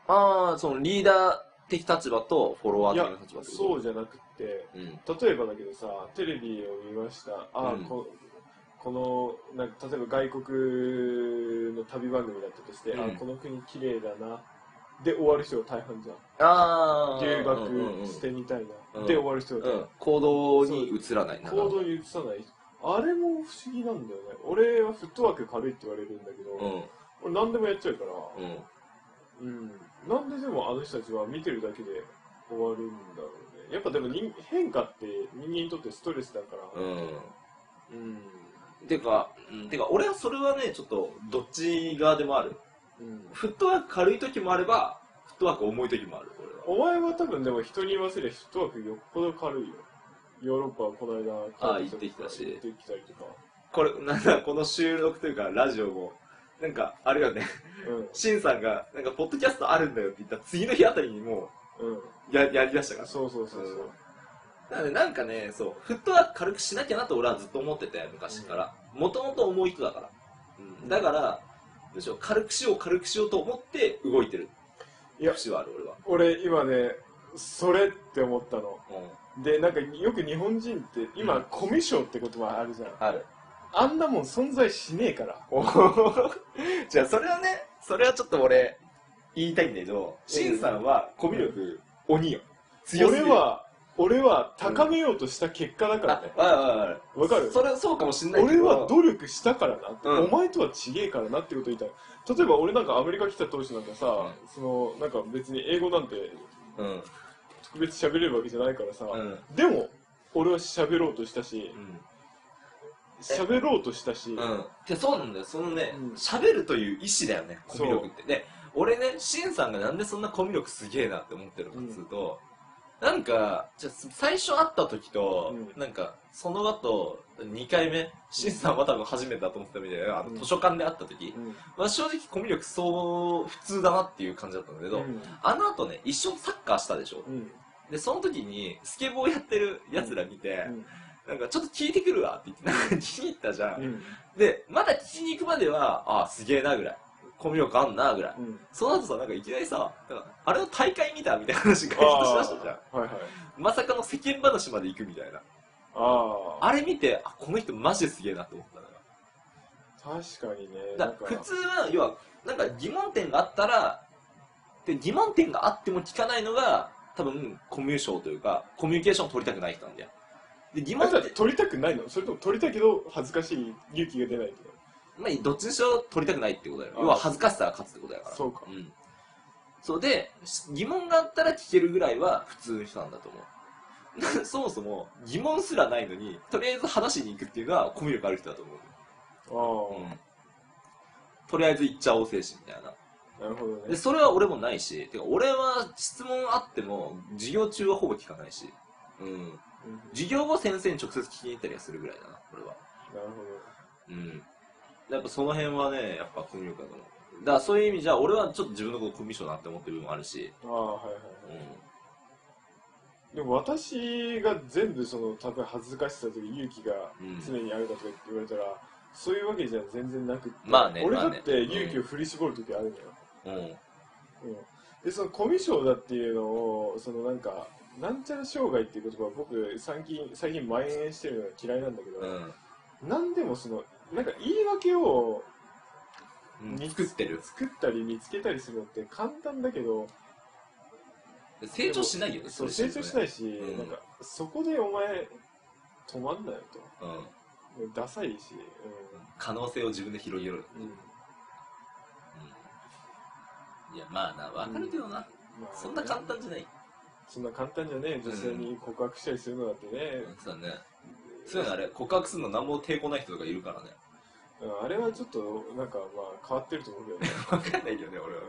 S1: ああそのリーダー的立場とフォロワ
S2: い
S1: ー
S2: や
S1: 的な立場ってこと
S2: そうじゃなくって
S1: うん
S2: 例えばだけどさテレビを見ましたあー、
S1: うん
S2: ここのなんか例えば外国の旅番組だったとして、あ
S1: うん
S2: ーこの国綺麗だなで終わる人が大半じゃん
S1: ああ
S2: 留
S1: うんうんうん
S2: 学してみたいな、
S1: うん
S2: で終わる人
S1: う
S2: が、
S1: ん行動に移らないな
S2: 行動に移さないあれも不思議なんだよね俺はフットワーク軽いって言われるんだけど、
S1: うん
S2: 俺何でもやっちゃうから
S1: うん
S2: うんなんででもあの人たちは見てるだけで終わるんだろうねやっぱでも人変化って人間にとってストレスだから
S1: うん
S2: うん
S1: てか、うん、てか俺はそれはねちょっとどっち側でもある
S2: うん
S1: フットワーク軽い時もあればフットワーク重い時もある俺は
S2: お前は多分でも人に言わせりゃフットワークよっぽど軽いよヨーロッパはこの間
S1: あー行ってきたし
S2: 行ってきたりとか
S1: これ、なんだ、この収録というか、ラジオも、なんか、あれよね、しんさんが、なんか、ポッドキャストあるんだよって言った次の日あたりにも
S2: うんうん
S1: う、や、やりだしたから。
S2: そうそうそうそう、
S1: なので、なんかね、そう、フットワーク軽くしなきゃなと俺はずっと思ってて、昔から。もともと重い人だから。うんだから、むしろ軽くしよう、軽くしようと思って動いてる。
S2: いや
S1: 節はある、俺は。
S2: 俺今ねそれって思ったのでなんかよく日本人って今、
S1: うん
S2: コミュ障って言葉あるじゃん
S1: ある。
S2: あんなもん存在しねえから
S1: じゃあ、それはね、それはちょっと俺、言いたいんだけど、しんさんは、コミュ力、鬼よ。強すぎ
S2: 俺
S1: る。
S2: は俺は高めようとした結果だからね、
S1: あ、わかるわかる。
S2: わかる
S1: それはそうかもしんないけ
S2: 俺
S1: ど。
S2: は努力したからなって、
S1: うん
S2: お前とは違えからなってこと言いたい例えば俺なんかアメリカ来た当初なんかさ、
S1: う
S2: そのなんか別に英語なんて
S1: うん。
S2: 特別喋れるわけじゃないからさ、
S1: うん。
S2: でも俺は喋ろうとしたし
S1: うん。
S2: 喋ろうとした
S1: う
S2: し、
S1: ん。で、そうなんだよ。そのね
S2: うん、
S1: 喋、るという意志だよね、コミュ力って。で、俺ね、シンさんがなんでそんなコミュ力すげえなって思ってるかっつうと、なんか、じゃあ最初会った時と、
S2: うん
S1: なんか、その後、2回目、シンさんは多分初めてだと思ってたみたいな、あ
S2: うん
S1: の図書館で会った時、
S2: うん
S1: まあ正直コミュ力そう、普通だなっていう感じだったんだけど、あの後ね、一緒にサッカーしたでしょ。
S2: うん
S1: で、その時に、スケボーやってる奴ら見て、
S2: うん
S1: なんかちょっと聞いてくるわって言って、なんか聞きに行ったじゃん。
S2: うん
S1: で、まだ聞きに行くまでは、あすげえなぐらい。コミュ力あんなぐらい。
S2: うん
S1: その後さ、なんかいきなりさ、なんかあれの大会見たみたいな話が外しましたじゃん。
S2: あーはいはい
S1: まさかの世間話まで行くみたいな。
S2: ああ
S1: あれ見て、あ、この人マジですげえなと思ったのよ。
S2: 確かにね
S1: だ
S2: なん
S1: か
S2: から
S1: 普通は、要は、なんか疑問点があったら、で、疑問点があっても聞かないのが、多分、コミュ障というか、コミュニケーションを取りたくない人なんだよ。で、疑
S2: あ
S1: 問
S2: なた
S1: 点、
S2: 撮りたくないのそれとも撮りたけど恥ずかしい勇気が出ないけど
S1: まあ、どっちにしろ取りたくないってことだよ。
S2: あ
S1: 要は恥ずかしさが勝つってことだから。
S2: そうか
S1: うん。そうでし疑問があったら聞けるぐらいは普通の人なんだと思う そもそも疑問すらないのにとりあえず話しに行くっていうのはコミュ力ある人だと思う、
S2: あ
S1: とりあえず行っちゃおう精神みたいな
S2: あ、なるほどね
S1: で。それは俺もないしてか俺は質問あっても授業中はほぼ聞かないし、うん、
S2: うん
S1: 授業後先生に直接聞きに行ったりはするぐらいだな俺は
S2: なるほ
S1: うんやっぱその辺はねやっぱコミュ力だと思うだからそういう意味じゃ俺はちょっと自分のことコミュ障だなって思ってる部分もあるし、
S2: ど。ああ、はいは
S1: う
S2: いは
S1: ん、
S2: い。でも私が全部その、多分恥ずかしさという勇気が
S1: うん
S2: 常にあるだとか言われたら、そういうわけじゃ全然なくって。
S1: まあね
S2: 俺だ
S1: まあ
S2: っ
S1: ね
S2: て勇気を振り絞るときあるのよ。
S1: うん、
S2: うんでそのコミュ障だっていうのをそのなんかなんちゃら障害っていう言葉は僕最近最近蔓延してるのが嫌いなんだけ
S1: う
S2: ど、
S1: ん
S2: なん、何でもそのなんか言い訳を
S1: うん、作ってる
S2: 作ったり見つけたりするのって簡単だけど
S1: 成長しないよね
S2: そう
S1: それ、
S2: 成長しないいし、
S1: うん
S2: なんかそこでお前止まんなよと
S1: うん、
S2: ダサいし、
S1: 可能性を自分で広げろよ、
S2: うんうん
S1: うん、いやまあなわかるけどな、
S2: まあ
S1: そんな簡単じゃない、
S2: そんな簡単じゃねえ女性に告白したりするのだってね、
S1: そうだねそういうのあれ告白するの何も抵抗ない人とかいるからね
S2: うんあれはちょっとなんかまあ変わってると思うけ どね
S1: わかんないよね俺はね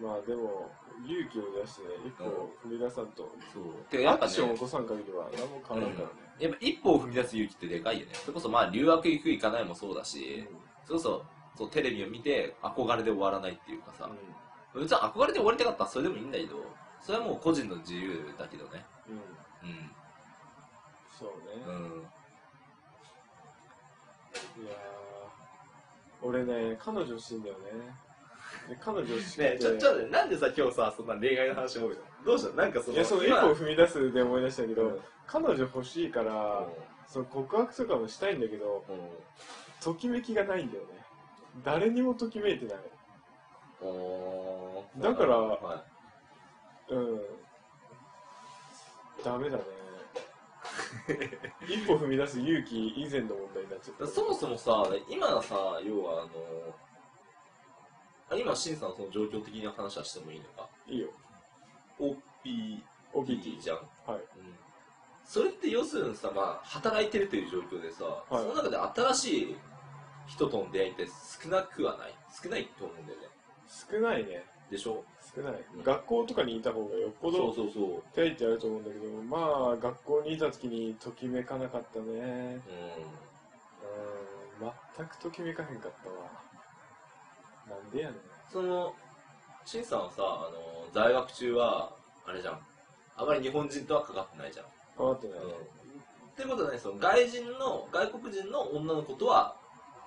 S1: うん
S2: まあでも勇気を出してね一歩踏み出さんと、
S1: そうてかや
S2: ア
S1: っぱ
S2: ク
S1: ね
S2: ションを起こさん限りは何も変わらんからね、
S1: やっぱ一歩を踏み出す勇気ってでかいよねそれこそまあ留学行く行かないもそうだしそれこそそうテレビを見て憧れで終わらないっていうかさ、別に憧れで終わりたかったらそれでもいいんだけどそれはもう個人の自由だけどね
S2: うん、うん、
S1: う
S2: そうんね、
S1: うん
S2: いやー俺ね彼女欲しいんだよねで彼女欲しくて、
S1: ねえちょちょっと待ってなんでさ今日さそんな恋愛の話多いのどうしたなんかその
S2: いやその一
S1: 今
S2: 歩を踏み出すで思い出したけど、
S1: うん
S2: 彼女欲しいから、その告白とかもしたいんだけど
S1: うん
S2: ときめきがないんだよね誰にもときめいてない
S1: おー
S2: だから
S1: は
S2: うんダメだね一歩踏み出す勇気以前の問題になっちゃっ
S1: い
S2: た
S1: そもそもさ今のさ要はあのあ今新さんのその状況的な話はしてもいいのか
S2: いいよ
S1: OP
S2: オビテ
S1: いい
S2: ィ
S1: じゃん、
S2: はい
S1: うん、それって要するにさ、まあ、働いてるという状況でさ、
S2: い
S1: その中で新しい人との出会いって少なくはない少ないと思うんだよね
S2: 少ないね
S1: でしょ
S2: 少ない、
S1: うん
S2: 学校とかにいた方がよっぽ
S1: そう
S2: ど
S1: そうそう
S2: 手ってあると思うんだけどまあ学校にいた時にときめかなかったね
S1: う
S2: うん全くときめかへんかったわなんでやね
S1: ん
S2: ん
S1: そのしんさんはさあの在学中はあれじゃんあまり日本人とは関わってないじゃん
S2: 変わってない、
S1: うんってことはねその外人の外国人の女の子とは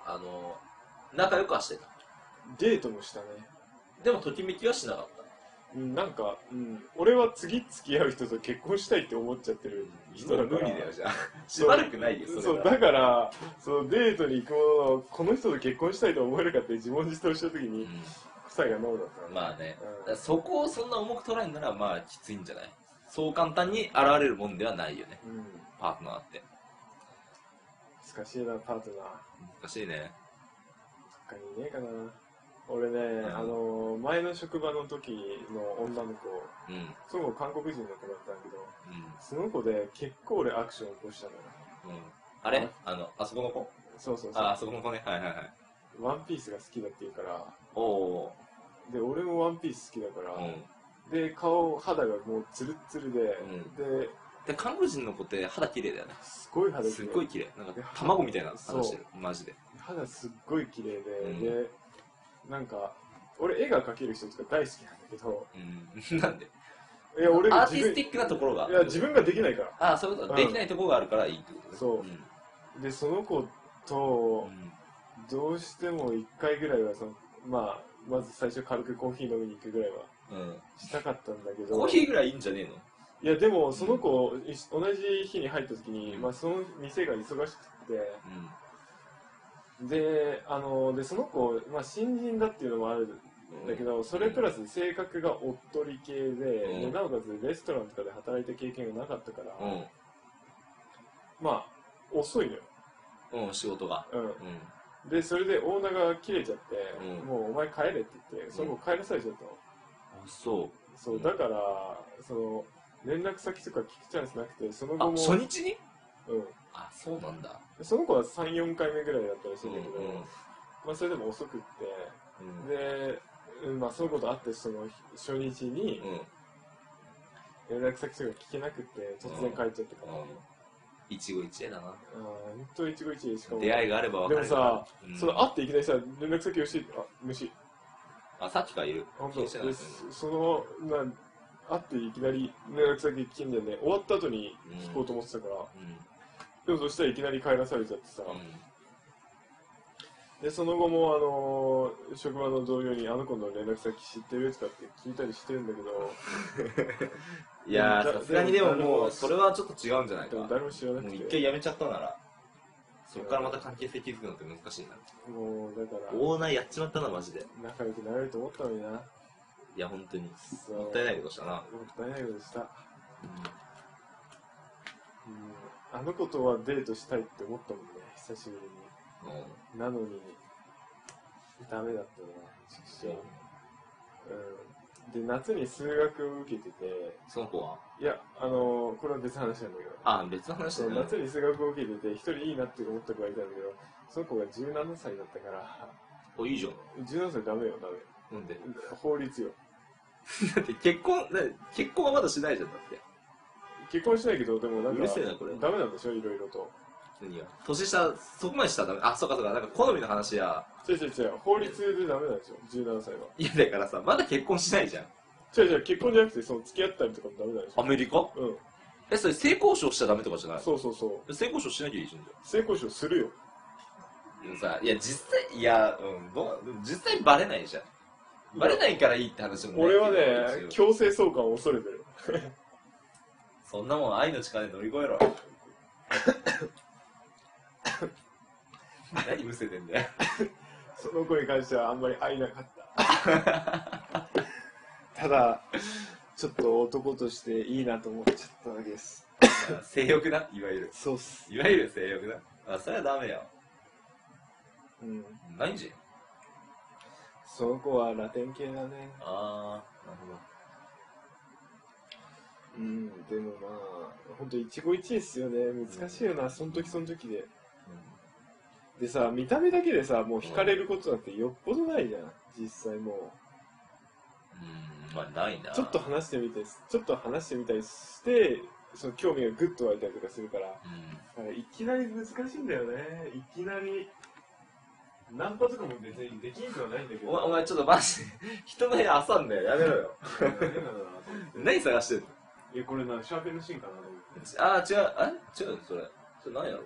S1: あの仲良くはしてた
S2: デートもしたね
S1: でもときめきはしなかった
S2: うん、なんか、うん、俺は次付き合う人と結婚したいって思っちゃってる人だから
S1: 無理だよじゃあしばらくないよそれ
S2: そうだからそのデートに行くもののこの人と結婚したいと思えるかって自問自答した時に答えがノーだったの、
S1: まあね、
S2: うん
S1: だからそこをそんな重く捉えるならまあきついんじゃないそう簡単に現れるもんではないよね
S2: うん、
S1: パートナーって
S2: 難しいなパートナー
S1: 難しいね
S2: 他にいねえかな俺ね、
S1: ん
S2: あの前の職場の時の女の子
S1: うんうん
S2: その子韓国人の子だったんだけどその子で結構俺アクション起こしたのよ
S1: うんあれ
S2: あ
S1: あのあそこの子
S2: そうそうそ
S1: ああ
S2: う
S1: そこの子ねはいはいはい
S2: ワンピースが好きだって言うから
S1: おお
S2: で俺もワンピース好きだから、
S1: ーうん
S2: で顔肌がもうツルッツルで、
S1: ん
S2: で
S1: で韓国人の子って肌綺麗だよね
S2: すごい肌
S1: すっごい綺麗なんか卵みたいな肌してるマジで
S2: 肌すっごい綺麗で、
S1: うん
S2: でなんか俺絵が描ける人とか大好きなんだけど
S1: うん なんで
S2: いや俺
S1: ア
S2: が
S1: ーティスティックなところが
S2: いや自分ができないから
S1: ああそういうこと、
S2: うん
S1: できないところがあるからいいってことね
S2: そうでその子と
S1: ん
S2: どうしても1回ぐらいはそのまあまず最初軽くコーヒー飲みに行くぐらいは
S1: うん、うん
S2: したかったんだけど
S1: コーヒーぐらいいいんじゃねえの
S2: いやでもその子、い同じ日に入った時に、
S1: うん
S2: まあ、その店が忙しくてであのでその子、まあ、新人だっていうのもある
S1: うん
S2: だけど、それプラス性格がおっとり系で,で、
S1: うん
S2: なおかつレストランとかで働いた経験がなかったから、
S1: う
S2: まあ遅いのよ、
S1: ん、うん、仕事が。
S2: うん
S1: うん、
S2: で、それでオーナーが切れちゃって、
S1: うん
S2: もうお前帰れって言って、その後帰らされちゃったの。
S1: あそう
S2: そうう、
S1: ん
S2: だから、その、連絡先とか聞くチャンスなくて、その
S1: あ
S2: 後も、
S1: 初日に
S2: う
S1: あそうなんだ
S2: ん。その子は3、4回目ぐらいだったら
S1: う
S2: しい
S1: ん
S2: ん
S1: う
S2: だ
S1: ん
S2: けど、まあそれでも遅くって、
S1: うん
S2: で、うんまあその子と会って、その初日に
S1: うん
S2: 連絡先とか聞けなくて、突然帰っちゃったから、
S1: 一期一会だな
S2: うん、ほんと一期一会しかも。
S1: 出会いがあれば分
S2: で
S1: か
S2: も
S1: る
S2: さ、
S1: うん
S2: その会っていきなりさ、連絡先教えて、あ、無視。
S1: あさっきからいる
S2: 本
S1: 気
S2: 当
S1: にしてない
S2: でそのな会っていきなり連絡先聞きんだよね終わった後に聞こうと思ってたから、
S1: うん
S2: でもそしたらいきなり帰らされちゃってさ、
S1: うん
S2: でその後もあのー職場の同僚にあの子の連絡先知ってるとかって聞いたりしてるんだけど
S1: いやー
S2: だ
S1: さすがにでももうそれはちょっと違うんじゃないか
S2: でも
S1: も
S2: 誰も知らなく
S1: う
S2: て
S1: 一回やめちゃったならそこからまた関係性築くのって難しいな
S2: もうだから
S1: オーナーやっちまったなマジで
S2: 仲良くなれると思ったのにない
S1: や本当に
S2: そう
S1: もったいないことしたな
S2: もったいないことした、うん、あの子とはデートしたいって思ったもんね久しぶりに
S1: うん
S2: なのに、ダメだったな、ちくしょう。うん。で、夏に数学を受けてて、
S1: その子はい
S2: や、あのこれは別の話なんだけど、
S1: あ別の話
S2: そ
S1: だ
S2: う
S1: ね
S2: 夏に数学を受けてて、一人いいなって思った子がいたんだけど、その子が17歳だったから、
S1: おいいじゃん
S2: 17歳ダメよ、ダメ。
S1: なんで
S2: 法律よ。
S1: だって結婚だって結婚はまだしないじゃんだって
S2: 結婚しないけど、でもなん
S1: う
S2: か、
S1: るせえなこれ
S2: ダメなんでしょ、いろいろと。
S1: 何が年下そこまでしたらダメあそうかそうかなんか好みの話や
S2: 違う違う違う、法律でダメなんでしょ、17歳は。
S1: いやだからさまだ結婚しないじゃん
S2: 違う違う、結婚じゃなくて、その付き合ったりとかもダメなんでし
S1: ア
S2: ょ。
S1: メリカ
S2: う
S1: えそれ性交渉しちゃダメとかじゃない
S2: ん。そうそうそう。
S1: 性交渉しなきゃいいじゃんじゃ
S2: 性交渉するよ。
S1: あでもさいや実際いやうんどうでも実際バレないじゃんバレないからいいって話もない
S2: 俺はね、強制送還を恐れてる。
S1: そんなもん愛の力で乗り越え ろ何むせてんだよ
S2: その子に関してはあんまり愛なかった。ただ、ちょっと男としていいなと思っちゃったわけです。
S1: 性欲ないわゆる
S2: そうっす。
S1: いわゆる性欲なあそれはダメよ
S2: うん。
S1: ないんじゃん
S2: その子はラテン系だね。
S1: ああなるほど
S2: うん。でもまあ、ほんと一期一会っすよね。難しいよな、その時その時で。でさ、見た目だけでさ、もう惹かれることなんてよっぽどないじゃん。実際も
S1: うんまあないな
S2: う。ちょっと話してみて、ちょっと話してみたりして、その興味がぐっと湧いたりとかするから。
S1: うん
S2: いきなり難しいんだよね。いきなり。ナンパとかも別にできんくはないんだけど。
S1: お前 お前ちょっとマジで 人の部屋挟んでやめろよ
S2: ダメだな
S1: 何探してんの
S2: いや、これな、シャーペンのシーンかなと思って。
S1: ああ違うあれ違うのそれそれ何やろ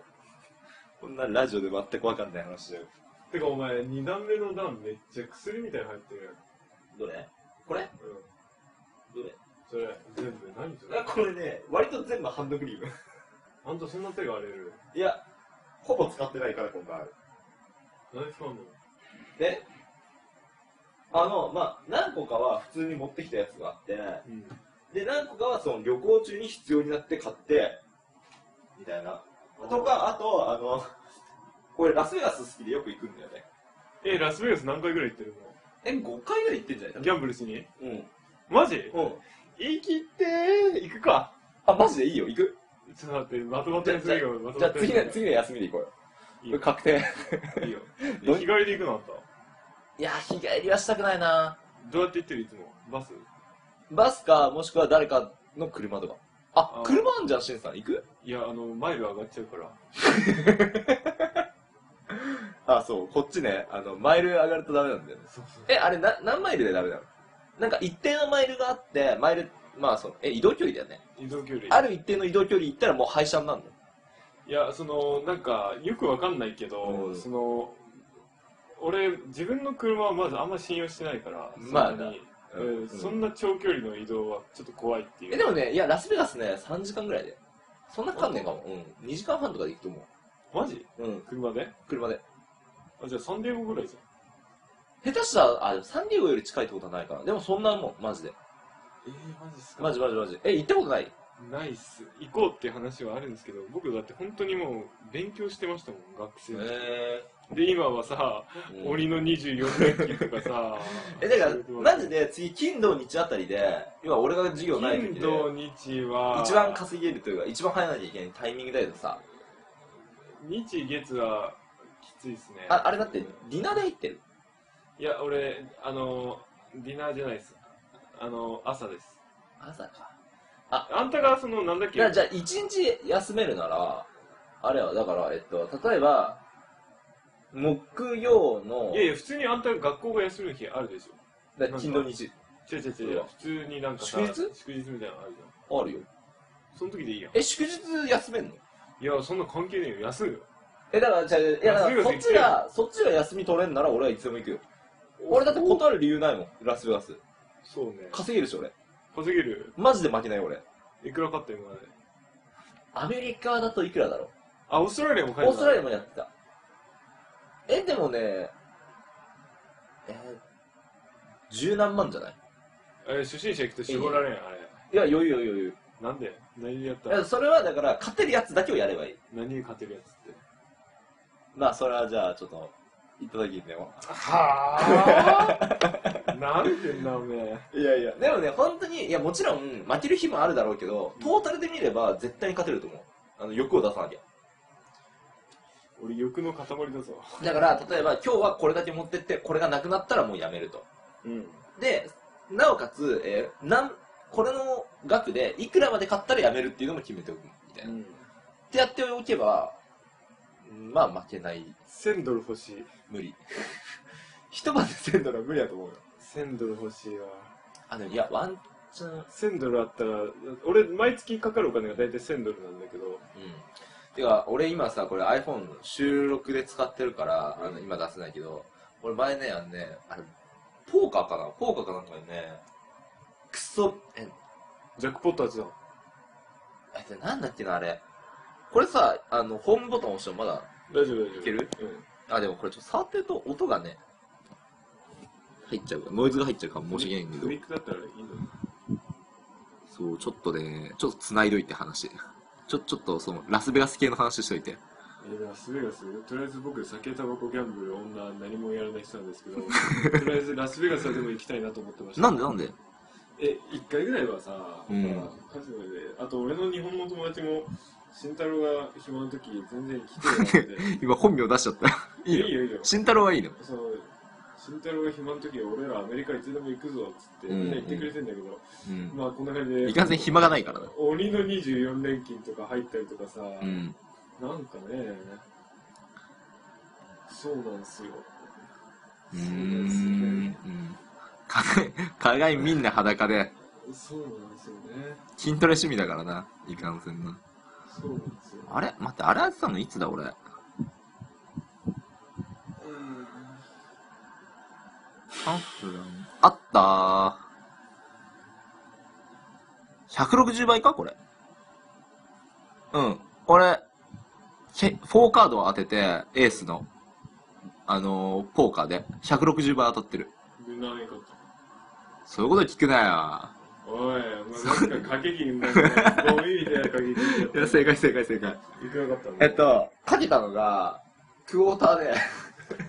S1: こんなラジオで全く分かんない話だよ
S2: てかお前、二段目の段めっちゃ薬みたいに入ってるやん。
S1: どれこれ
S2: うん。
S1: どれ
S2: それ、全部何そ
S1: あ
S2: れ
S1: これね割と全部ハンドクリーム
S2: あんたそんな手が荒れる。
S1: いやほぼ使ってないから今回
S2: 何使うの
S1: であのまあ何個かは普通に持ってきたやつがあって
S2: うん。
S1: で何個かはその旅行中に必要になって買ってみたいなとかあとあのこれラスベガス好きでよく行くんだよね
S2: え、ラスベガス何回ぐらい行ってる
S1: え5回ぐらい行ってんじゃない
S2: のギャンブルしに
S1: うん
S2: マジ
S1: うん
S2: 生きてー行くか。
S1: あマジでいいよ行く
S2: ちょっと待って、まとまってるすぎよ、まと
S1: じ
S2: ま
S1: ゃ
S2: っ
S1: あ
S2: てる
S1: 次の次の休みで行こうよ
S2: い
S1: こ
S2: いよ
S1: れ確 定
S2: いいよ。
S1: どう
S2: 日帰りで行くのあんた。
S1: いや日帰りはしたくないな
S2: どうやって行ってるいつもバス
S1: バスかもしくは誰かの車とかあ
S2: あー
S1: 車あんじゃんしんさん行く
S2: いや、あの、マイル上がっちゃうから。
S1: あそうこっちねあのマイル上がるとダメなんだよね
S2: そうそう。
S1: えあれな何マイルでダメなのなんか一定のマイルがあってマイルまあそのえ移動距離だよね
S2: 移動距離。
S1: ある一定の移動距離行ったらもう廃車になるの
S2: いや、その、なんか、よくわかんないけど、
S1: うん
S2: その、俺、自分の車はまずあんま信用してないから、
S1: まあ
S2: そんなに
S1: う
S2: うんんそんな長距離の移動はちょっと怖いっていう。
S1: えでもねいやラスベガスね3時間ぐらいでそんなかかんねえかも、うん、2時間半とかで行くと思
S2: マジ
S1: ううん
S2: 車で
S1: 車で
S2: あ、じゃあサンデーゴぐらいじ
S1: 下手したらあでもサンディエゴより近いってことはないかなでもそんなもんマジで
S2: ゃん。えー、マジっすか
S1: マジマジマジえ行ったことない
S2: ないっす。行こうっていう話はあるんですけど、僕だって本当にもう勉強してましたもん、学生の時。
S1: え
S2: で、今はさ、
S1: うん
S2: 鬼の24年期とかさ
S1: 、え、だから、マジで次、金土日あたりで、今俺が授業ない時
S2: 金
S1: で、
S2: 土日は、
S1: 一番稼げるというか、一番入らなきゃいけないタイミングだけどさ、
S2: 日月はきついですね。
S1: ああれだって、ディナーで入ってる。
S2: いや、俺、あの、ディナーじゃないです。あの、朝です。
S1: 朝か。
S2: あんたがその、なんだっけ
S1: だからじゃあ、一日休めるなら、あれは、だから、えっと、例えば、木曜の
S2: い、やいや、普通にあんたが学校が休む日あるでしょ。
S1: だから金土日、
S2: 違う違う違う、普通になんかさ、
S1: 祝日
S2: 祝日みたいなのあるじゃん。
S1: あるよ。
S2: その時でいいやん。
S1: え、祝日休めんの
S2: いや、そんな関係ねえよ、休むよ。
S1: え、だから、じゃあ、いや、だからそっちが、そっちが休み取れんなら俺はいつでも行くよ。 俺だって断る理由ないもん、ラスベガス。
S2: そうね。
S1: 稼げるし、俺。
S2: 稼げる。
S1: マジで負けない、俺。
S2: いくら買った今まで。
S1: アメリカだといくらだろう
S2: あ、オーストラリアも買え
S1: オーストラリア
S2: ア。
S1: もやってた。え、でもね、えー十何万じゃない
S2: え、初心者行くと絞られん、あれ。
S1: いや、余裕余裕余裕
S2: なんで何でやっ。た
S1: いやそれはだから、勝てるやつだけをやればいい。
S2: 何に勝てるやつって。
S1: まあ、それはじゃあ、ちょっと、いただきにでも。
S2: はぁなんでんな、おめえ。
S1: いやいや。でもね、本当に、いや、もちろん、負ける日もあるだろうけど、トータルで見れば、絶対に勝てると思う。あの、欲を出さなきゃ。
S2: 俺、欲の塊だぞ。
S1: だから、例えば、今日はこれだけ持ってって、これがなくなったらもうやめると。
S2: うん。
S1: で、なおかつ、えーなん、これの額で、いくらまで買ったらやめるっていうのも決めておく。みたいな。
S2: うん。
S1: ってやっておけば、うんまあ負けない。
S2: 1000ドル欲しい。
S1: 無理。 一晩で1000ドルは無理だと思うよ。
S2: 1000ドル欲しいわ。
S1: あの、いや、ワンチャン、うん。
S2: 1000ドルあったら、俺、毎月かかるお金が大体1000ドルなんだけど、
S1: てか、俺今さ、これ iPhone の収録で使ってるから、あの、今出せないけど、俺前ね、あのね、あれ、ポーカーかなポーカーかなんかにね、クソ、え、
S2: ジャックポットはちだ。
S1: え、でなんだっけな、あれ。これさ、あの、ホームボタン押してもまだ、
S2: 大丈夫、大丈夫。
S1: いける
S2: うん。
S1: あ、でもこれちょっと触ってると音がね、入っちゃうからノイズが入っちゃうから申し訳ないんだけ
S2: ク
S1: ど
S2: リ。ックだったらいいのに。
S1: そう、ちょっとね、ちょっと繋いどいて話。ちょ、ちょっとその、ラスベガス系の話しといて。
S2: いやラスベガス、とりあえず僕、酒、タバコ、ギャンブル、女、何もやらない人なんですけ ど、とりあえずラスベガスはでも行きたいなと思ってました。
S1: なんでなんで
S2: え、一回ぐらいはさ、
S1: うん
S2: ほらカジノで、あと俺の日本の友達も、慎太郎が暇の時、全然来てなくて
S1: 今本名出しちゃった。い い
S2: いいよ、いい
S1: よ。
S2: よ、いいよ。
S1: 慎太郎はいいの。
S2: その慎太郎が暇の時は俺らアメリカいつでも行くぞっつって
S1: うん
S2: みんな言ってくれてんだけど、
S1: うん。
S2: まあこんな感じで
S1: いかんせん暇がないからな。
S2: 鬼の24連勤とか入ったりとかさ、
S1: うん。
S2: なんかねそうなんすよ
S1: うー
S2: そうなんすよ
S1: ん
S2: ね。
S1: うん互い、互いみんな裸で、
S2: そうなんすよね
S1: 筋トレ趣味だからな。いかんせんな。
S2: そうなんすよ
S1: あれ待って、あれやってたのいつだ俺。
S2: うん
S1: サンフランあったー。160倍かこれ。うん。俺、け4カードを当てて、エースの、あのーポーカーで、160倍当たってる。
S2: で何かと
S1: そういうこと聞くな
S2: おいお前なんか掛け金なんかゴミみたいな掛け金やっ
S1: よ。
S2: た
S1: 正解正解正解。
S2: いくらだったの
S1: えっと、かけたのが、クォーターで。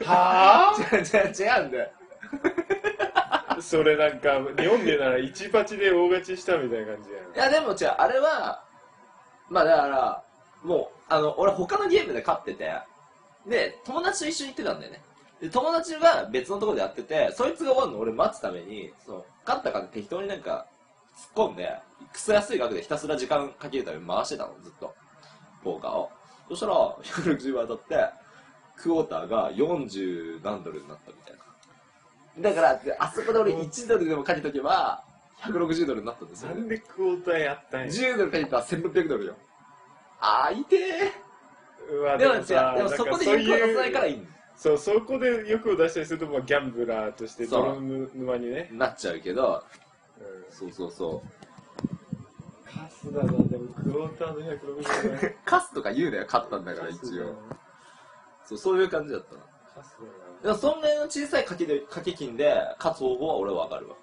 S2: は
S1: 違う違う違うんだよ。
S2: あそれなんか日本でなら一パチで大勝ちしたみたいな感じやん
S1: いやでも違う、あれは、まあだから、もう、あの、俺他のゲームで勝ってて、で、友達と一緒に行ってたんだよね。で、友達が別のところでやってて、そいつが終わるの俺待つために、その、勝ったから適当になんか、突っ込んで、クソ安い額でひたすら時間かけるために回してたの、ずっと。ポーカーを。そしたら、160倍当たって、クォーターが40何ドルになったみたいな。だから、であそこで俺1ドルでもかけとけば、160ドルになったんですよ。
S2: なんでクォーターやったんや。
S1: 10ドルかけたら1600ドルよ。あー、痛
S2: うわ
S1: えでもさ、でもそこで欲を出さないからいいん
S2: そう、そこで欲を出したりすると、まあ、ギャンブラーとして
S1: そう
S2: 泥沼にね。
S1: なっちゃうけど、
S2: うん
S1: そうそうそう。
S2: カスだな、でもクォーターの160円。
S1: 勝つとか言うなよ、勝ったんだから一応。そう、そういう感じだったな。
S2: カス
S1: でもそんぐらいの小さい掛けで掛け金で勝つ方法は俺はわかるわ。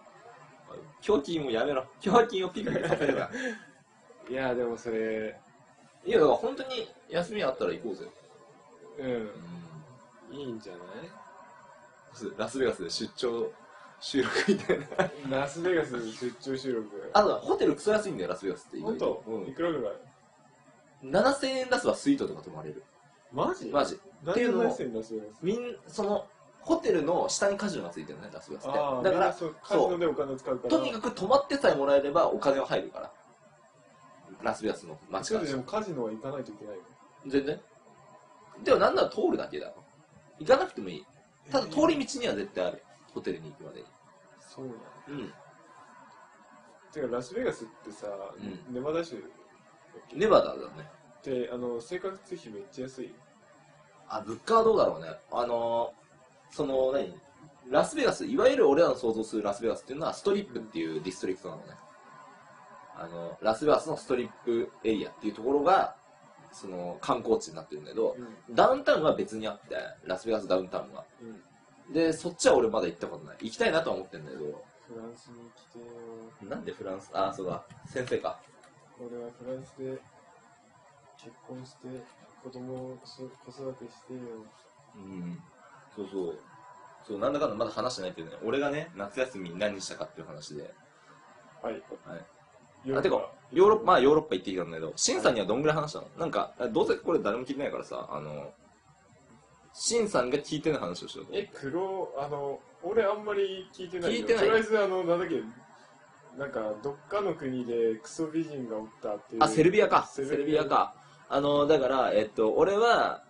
S1: 胸筋もやめろ。胸筋をピクピクさせる な。
S2: だな。いや、でもそれ、
S1: いや、だから本当に休みあったら行こうぜ。
S2: うん。いいんじゃない
S1: ラスベガスで出張収録みたいな。
S2: ラスベガスに出張収録。
S1: あとはホテルクソ安いんだよ、ラスベガスって意
S2: ほ
S1: 外
S2: んと
S1: と。うん
S2: いくらぐらい
S1: 7000円出せばスイートとか泊まれる。
S2: マジ
S1: マジ。
S2: 何
S1: ってい
S2: で
S1: うのも
S2: ラスベガス
S1: みん、その、ホテルの下にカジノがついてるね、ラスベガスって。
S2: ああ、
S1: だ
S2: だ
S1: か
S2: からら、、そう、カジノでお金を使うから。
S1: とにかく泊まってさえもらえればお金は入るから。ラスベガスの街
S2: ちょ
S1: か
S2: っ
S1: ら
S2: とでもカジノは行かないといけないよ。
S1: 全然。でもなんなら通るだけだろ。行かなくてもいい。ただ通り道には絶対ある。ホテルに行くまでに。
S2: そうなの。
S1: うん。
S2: てか、ラスベガスってさ、
S1: う
S2: ネバダ州だっけ
S1: ネバダだね。
S2: で、あの、生活費めっちゃ安い。
S1: あ、物価はどうだろうね。あのーその、何ラスベガス、いわゆる俺らの想像するラスベガスっていうのは、ストリップっていうディストリクトなのね。あの、ラスベガスのストリップエリアっていうところが、その、観光地になってるんだけど、
S2: うん。
S1: ダウンタウンは別にあって、ラスベガスダウンタウンは。
S2: うん。
S1: で、そっちは俺まだ行ったことない。行きたいなとは思ってんだけど、
S2: フランスに来てよ。
S1: なんでフランス、あ、そうだ、先生か。
S2: 俺はフランスで結婚して、子供をし子育てしてよ。
S1: うん。そうそう。そう、なんだかんだまだ話してないけどね、俺がね、夏休みに何したかっていう話で、
S2: はい。
S1: はい。
S2: 夜
S1: あてか
S2: は
S1: ヨーロッパ、まあヨーロッパ行ってきたんだけど、シンさんにはどんぐらい話したのなんか、どうせこれ誰も聞いてないからさ、あの、シンさんが聞いてない話をしようと思っ
S2: え
S1: て。、
S2: 黒、あの、俺あんまり聞いてないよ
S1: 聞いてない
S2: とりあえず、あの、なんだっけ、なんか、どっかの国でクソ美人がおったっていう。
S1: あ、セルビアか。セ
S2: セ
S1: ル
S2: ル
S1: ビ
S2: ビ
S1: ア
S2: ア
S1: か。あの、だから、えっと、俺は、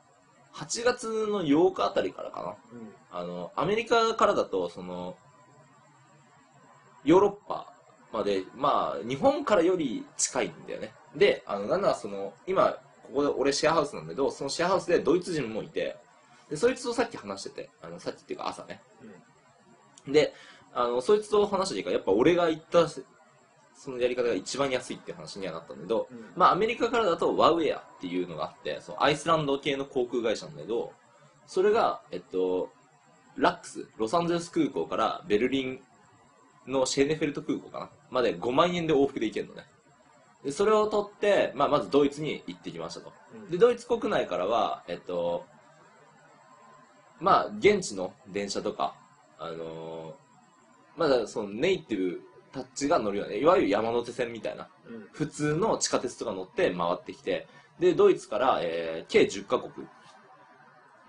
S1: 8月の8日あたりからか
S2: うん。
S1: な。あの、アメリカからだと、その、ヨーロッパまで、まあ、日本からより近いんだよね。で、あの、なんならその、今、ここで俺シェアハウスなんだけど、そのシェアハウスでドイツ人もいて、で、そいつとさっき話してて、あの、さっきっていうか朝ね。で、あの、そいつと話していいから、やっぱ俺が言った、そのやり方が一番安いって話にはなったんだけど、
S2: うん。うん、
S1: まあアメリカからだとワウエアっていうのがあって、そのアイスランド系の航空会社なんだけど、それが、えっと、ラックス、ロサンゼルス空港からベルリンのシェーネフェルト空港かなまで5万円で往復で行けるのね。で、それを取って、まあまずドイツに行ってきましたと。
S2: うん
S1: で、ドイツ国内からは、えっと、まあ、現地の電車とか、あのーまだそのネイティブたちが乗るような、いわゆる山手線みたいな、
S2: うん。
S1: 普通の地下鉄とか乗って回ってきて、で、ドイツから、えー計10カ国。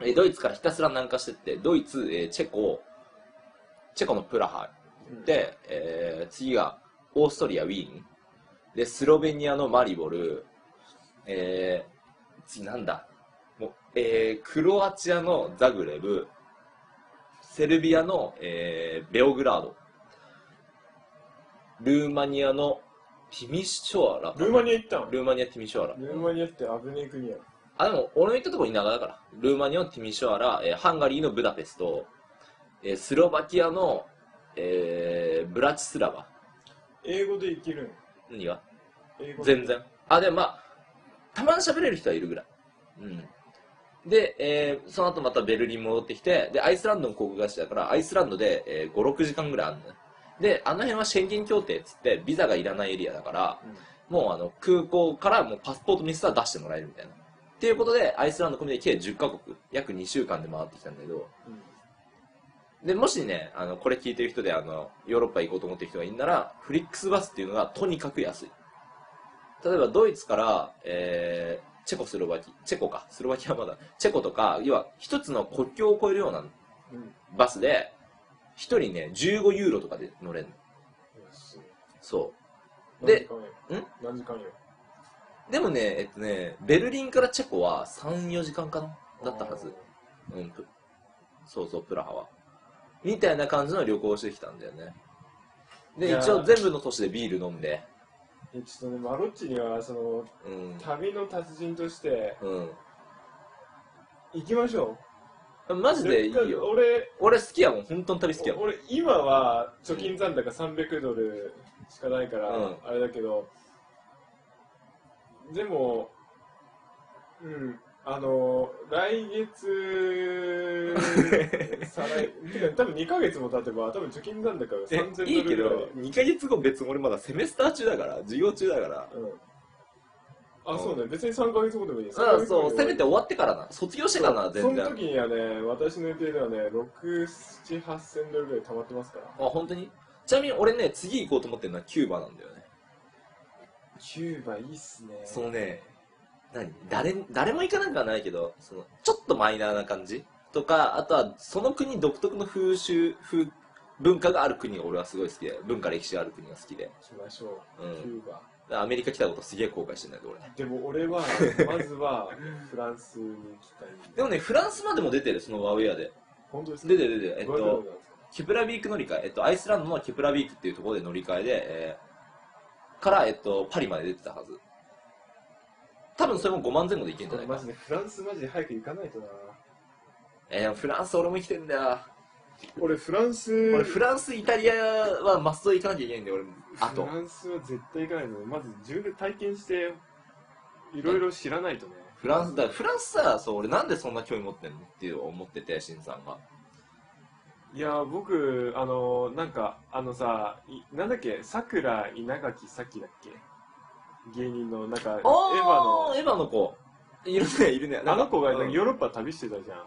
S1: えードイツからひたすら南下してって、ドイツ、えーチェコ、チェコのプラハ行って、えー次がオーストリア、ウィーン。で、スロベニアのマリボル。えー次なんだもう、えークロアチアのザグレブ。セルビアの、えーベオグラード。ルーマニアのティミショアラ。
S2: ルーマニア行ったの
S1: ルーマニア、ティミショアラ。
S2: ルーマニアって危ねえ国やろ。
S1: あ、でも、俺の行ったとこ田舎だから。ルーマニアのティミショアラ、えーハンガリーのブダペスト、えースロバキアの、えーブラチスラバ。
S2: 英語で行けるん
S1: 何が
S2: 英語で
S1: 全。然。あ、でもまあ、たまに喋れる人はいるぐらい。うん。で、えーその後またベルリン戻ってきて、で、アイスランドの航空会社だから、アイスランドで、えー5、6時間ぐらいあるのね。で、あの辺はシェンゲン協定っつって、ビザがいらないエリアだから、
S2: うん
S1: もうあの、空港からもうパスポートミスは出してもらえるみたいな。っていうことで、アイスランド込みで計10カ国、約2週間で回ってきたんだけど、
S2: うん
S1: で、もしね、あの、これ聞いてる人で、あの、ヨーロッパ行こうと思ってる人がいるなら、フリックスバスっていうのがとにかく安い。例えば、ドイツから、えー、チェコスロバキ、チェコか、スロバキアはまだ、チェコとか、要は、一つの国境を越えるような
S2: うん。
S1: バスで、一人ね、15ユーロとかで乗れるの。
S2: 安
S1: そ
S2: い
S1: で、
S2: 何時間よ何時間よ
S1: う。でもね、えっとね、ベルリンからチェコは3、4時間かなだったはず。うん、プそうそう、プラハは。みたいな感じの旅行をしてきたんだよね。
S2: い
S1: で、
S2: やー
S1: 一応全部の都市でビール飲んで、
S2: あーえちょっとね、マロッチには、その、
S1: うん。
S2: 旅の達人として、行きましょ
S1: うん。
S2: う。
S1: マジでいい
S2: 絶対
S1: よ。
S2: 俺、
S1: 俺好きやもん、本当に旅好きやもん。
S2: 俺今は貯金残高300ドルしかないから、
S1: うん
S2: あれだけどでもうんあの 来月再来てか多分2ヶ月も経てば多分貯金残高が
S1: え
S2: 3000ドル
S1: いいけ
S2: ぐらい
S1: ど、2ヶ月後別に俺まだセメスター中だから、授業中だから、
S2: うん、あ、そうね。別に3ヶ月後でもいい。
S1: ああそう、せめて
S2: 終
S1: 終わってからな。卒業してからな、
S2: そ
S1: 全然。
S2: の
S1: あ、
S2: 時にはね、私の予定ではね、6、7、8000ドルぐらい溜まってますから。
S1: 本当にちなみに俺ね、次行こうと思ってるのはキューバなんだよね。
S2: キューバいいっすね。
S1: そのね、何誰誰も行かなんかはないけど、そのちょっとマイナーな感じとか、あとはその国独特の風習、風文化がある国が俺はすごい好きで、文化歴史がある国が好きで。
S2: 行きましょう。
S1: うん
S2: キューバ。
S1: アメリカ来たことすげえ後悔してんだけど俺ね。
S2: でも 俺は、まずは、フランスに行きたい。
S1: でもね、フランスまでも出てる、そのワウェアで。
S2: 本当ですか
S1: 出てる出てる。えっ、
S2: どういうことなんですか
S1: ケプラビーク乗り換え、えっと、アイスランドのケプラビークっていうところで乗り換えで、えーから、えっと、パリまで出てたはず。多分それも5万前後で行けんじゃない
S2: マ
S1: か
S2: ジ。でフランスマジで早く行かないとな
S1: えー、フランス俺も生きてんだよ。
S2: 俺フランス
S1: 俺、フランス、イタリアはマスト行かなきゃいけないんで、俺、あ
S2: フ
S1: と。
S2: ランスは絶対行かないのまず自分で体験していろいろ知らないとね
S1: フランス、だからフランスさ、そう、俺なんでそんな興味持ってんのっていう思ってて、シンさんが。
S2: いや僕あのなんかあのさいなんだっけさくら稲垣さきだっけ芸人のなんかエヴァ
S1: あ
S2: の
S1: ーエヴァの子。いるね、いるね。
S2: あの子がなん
S1: う
S2: か
S1: ん
S2: ヨーロッパ旅してたじゃん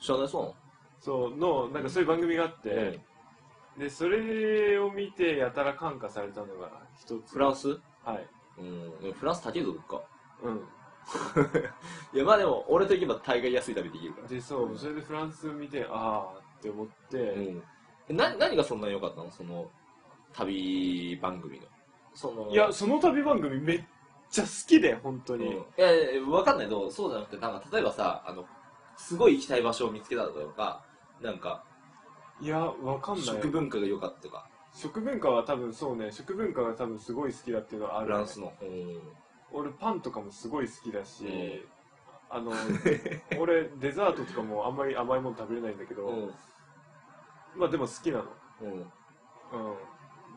S1: 知らないそうなの
S2: そうのなんかそういう番組があって、
S1: うん
S2: でそれを見てやたら感化されたのが一つ
S1: フランス
S2: はい
S1: うん、でもフランス高いぞ、どっか。
S2: うん
S1: いや、まあでも、俺と行けば大概安い旅できるから。
S2: でそう、
S1: うん
S2: それでフランスを見てああって思って、
S1: うんえな何がそんなに良かったのその旅番組のその
S2: いやその旅番組めっちゃ好きで本当
S1: うん
S2: に、
S1: いやいやいやわかんないけどそうじゃなくてなんか例えばさあのすごい行きたい場所を見つけたとかなんか
S2: いやわかんない
S1: 食
S2: 食
S1: 文化が良かったとか
S2: 文化は多分そうね食文化が多分すごい好きだっていうのはある、
S1: フ
S2: ね、
S1: ランスのうん
S2: 俺パンとかもすごい好きだし、
S1: うん
S2: あ の俺デザートとかもあんまり甘いもの食べれないんだけど、
S1: うん
S2: まあでも好きなの
S1: うん
S2: う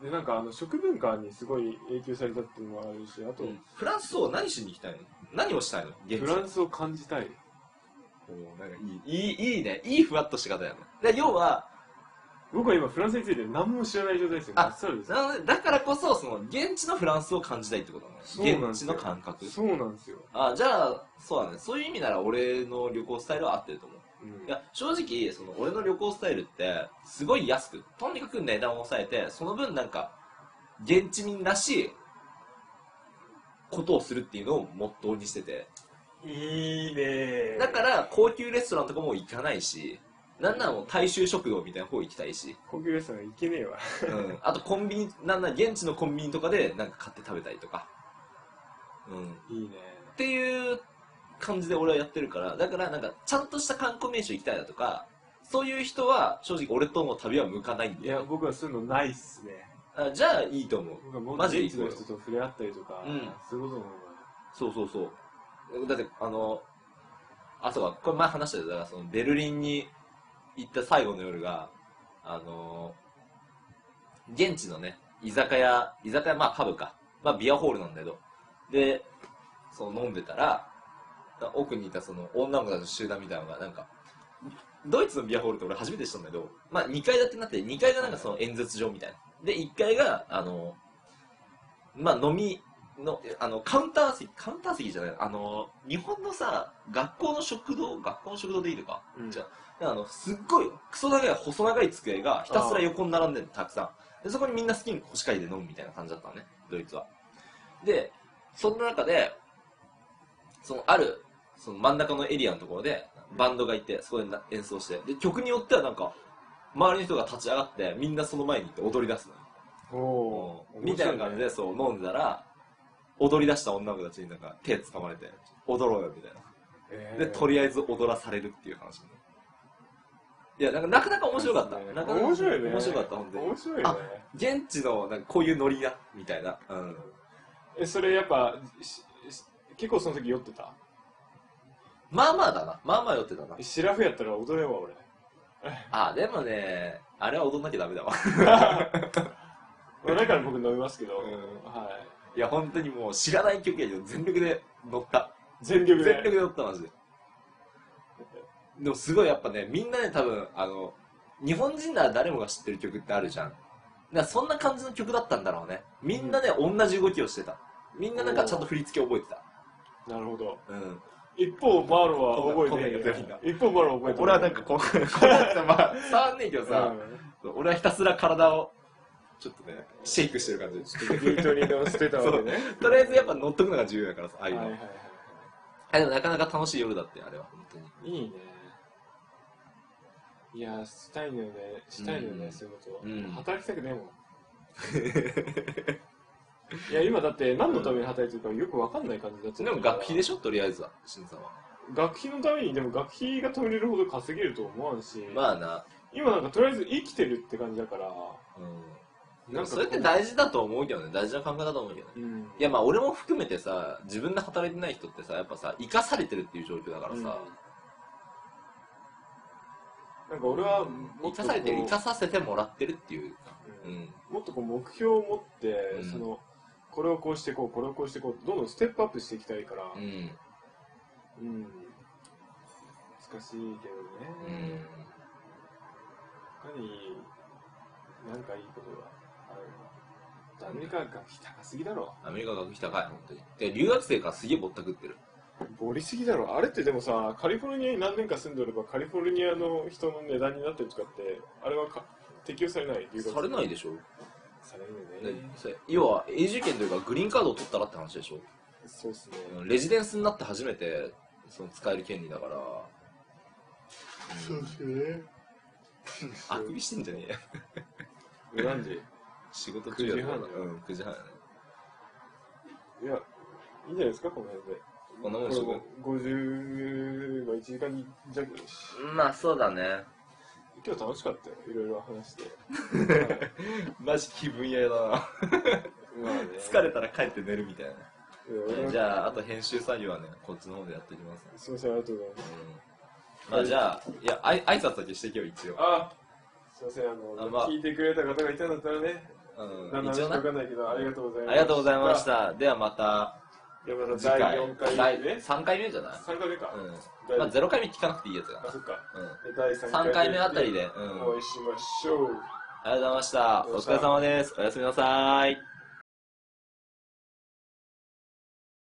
S2: んでなんかあの食文化にすごい影響されたっていうのもあるしあと、
S1: うんフランスを何しに行きたいの何をしたいの現地
S2: フランスを感じたい
S1: うんなんかいいいいいいねいいふわっとした方やので要は
S2: 僕は今フランスについて何も知らない状態ですよ
S1: あ
S2: 真っさらです
S1: なのでだからこそその現地のフランスを感じたいってことな
S2: そうなんです
S1: の
S2: よ
S1: 現地の感覚
S2: そうなんですよ、
S1: あじゃあそうだねそういう意味なら俺の旅行スタイルは合ってると思う
S2: うん
S1: いや正直その俺の旅行スタイルってすごい安くとにかく値段を抑えてその分なんか現地民らしいことをするっていうのをモットーにしてて
S2: いいね
S1: だから高級レストランとかも行かないしなんならもう大衆食堂みたいな方行きたいし、
S2: 高級レストラン行けねえわ
S1: うん、あとコンビニなんなら現地のコンビニとかでなんか買って食べたりとか、うん、
S2: いいね
S1: っていう感じで俺はやってるからだからなんかちゃんとした観光名所行きたいだとかそういう人は正直俺との旅は向かないん
S2: い
S1: だ
S2: や
S1: よ
S2: 僕はそういうのないっすね
S1: あじゃあいいと思う
S2: 僕はも
S1: マ
S2: う
S1: ジで
S2: 現地の人と触れ合ったりとか、
S1: うん
S2: そういうことも
S1: そうそうそうだってあのあそうかこれ前話したけどだからそのベルリンに行った最後の夜があの現地のね居酒屋居酒屋まあパブかまあビアホールなんだけどでその飲んでたら奥にいたその女の子たちの集団みたいなのがなんかドイツのビアホールって俺初めてしたんだけど、まあ、2階建てになって2階がなんかその演説場みたいなで1階があのまあ飲みのあのカウンター席カウンター席じゃないあの日本のさ学校の食堂学校の食堂でいいのか
S2: うん
S1: じゃあのすっごいクソ長い細長い机がひたすら横に並んでるのたくさんでそこにみんな好きに腰掛けて飲むみたいな感じだったのねドイツはでそんな中でそのあるその真ん中のエリアのところでバンドがいてそこでな演奏してで曲によってはなんか周りの人が立ち上がってみんなその前に行って踊り出すのよ
S2: おおー
S1: みたいな感じで
S2: 面
S1: そう飲んでたら踊り出した女の子たちになんか手掴まれて踊ろうよみたいな
S2: 白いね
S1: で、とりあえず踊らされるっていう話ね。いや、なんかなかなか面白かった。
S2: えー
S1: なかなか
S2: 面白いね
S1: 面白かった、本当に
S2: 面。白いね
S1: あ現地の、なんかこういうノリだ、みたいな。うん。
S2: えそれやっぱしし結構その時酔ってた
S1: まあまあだな。まあまあ酔ってたな。
S2: シラフやったら踊れんわ 俺
S1: あ、でもね、あれは踊んなきゃダメだわ。
S2: まあだから僕飲みますけど、
S1: うん
S2: はい
S1: いや、本当にもう知らない曲やけど、全力で乗った。
S2: 全力で
S1: 全力で乗った、マジで。でもすごいやっぱね、みんなね、多分、あの、日本人なら誰もが知ってる曲ってあるじゃん。だからそんな感じの曲だったんだろうね。みんなね、同じ動きをしてた。みんななんかちゃんと振り付け覚えてた。
S2: なるほど。
S1: うん。
S2: 一方、マーロは覚えて
S1: こんな
S2: ない。一方、マーロは覚えてない。
S1: 俺はなんかこう、こうやって まあ、伝わんねえけどさ、俺はひたすら体を、ちょっとね、シェイクしてる感じ。
S2: うん、ビートにでもしてたわけね。
S1: とりあえずやっぱ乗っとくのが重要だからさ、ああいうの。
S2: はいはいは
S1: あでもなかなか楽しい夜だって、あれは、本当に。
S2: い。いいね。いや、したいのよね。したいのよね、
S1: うん
S2: そういうこ
S1: うん
S2: と。働きたくねえもん。いや、今だって何のために働いてるかよくわかんない感じになっちゃ
S1: でも学費で
S2: し
S1: しょ、とりあえずは、しんさんは。
S2: ょ学費のために、でも学費が止めれるほど稼げると思わんし、
S1: まあな、
S2: 今なんかとりあえず生きてるって感じだから、
S1: うん。
S2: なんか
S1: それって大事だと思うけどね、大事な考えだと思うけどね。
S2: うん。
S1: いやまあ俺も含めてさ、自分で働いてない人ってさ、やっぱさ、生かされてるっていう状況だから
S2: うん
S1: さ、
S2: なんか俺
S1: 生
S2: はもっと
S1: か
S2: こう
S1: されてる、生かさせてもらってるっていうか。う
S2: うん
S1: ん。
S2: もっとこう目標を持って、
S1: うん
S2: そのこれをこうしていこうこれをこうしていこうどんどんステップアップしていきたいから、
S1: う
S2: うん
S1: ん。
S2: 難しいけど
S1: う
S2: ね、
S1: ん。
S2: 他になんかいいことがあるのアメリカ学費高すぎだろ
S1: アメリカ学費高い、本当に。で、留学生からすげえぼったくってる。
S2: ボリすぎだろあれってでもさカリフォルニアに何年か住んでればカリフォルニアの人の値段になってるとかってあれはか適用されない留学
S1: されない
S2: で
S1: でしょ、
S2: されるよね
S1: ねそれ要は永住権というかグリーンカードを取ったらって話でしょ
S2: そうっすね、
S1: うんレジデンスになって初めてその使える権利だから、うん
S2: すね
S1: あくびしてんじゃねえよ
S2: 何時
S1: 仕事中だから
S2: 9時半だよ
S1: うん9時半やね
S2: いや、いいんじゃないですか、この辺で。
S1: こんなもん
S2: こ
S1: でしょ
S2: れも50の1時間弱だし
S1: まあそうだね
S2: 今日楽しかったよ、いろいろ話して。
S1: マジ気分屋だな
S2: まあね
S1: 疲れたら帰って寝るみたいな、
S2: 俺は
S1: じゃああと編集作業はねこっちの方でやっていきます、
S2: すいません、ありがとうございます。
S1: うん、まあじゃあいやあい挨拶だけしてけよ一応
S2: あすいません、あの、
S1: あまあ
S2: 聞いてくれた方がいたんだったらね、
S1: う
S2: 何
S1: ん、
S2: の
S1: 一
S2: 話
S1: 応
S2: か
S1: な
S2: わかんないけど、ありがとうございました。
S1: ありがとうございまし。たではまた
S2: じゃあま
S1: 次回
S2: た第4回目ね。
S1: 3回目じゃない
S2: 3回目か。
S1: うん。まあ、0回目聞かなくていいやつだ
S2: あ、そっか。
S1: な。うん。
S2: で第3
S1: 3回目あたり
S2: で。
S1: で、うん。ありがと
S2: お会いしましょう。
S1: うございました。お疲れ様です。おやすみなさい。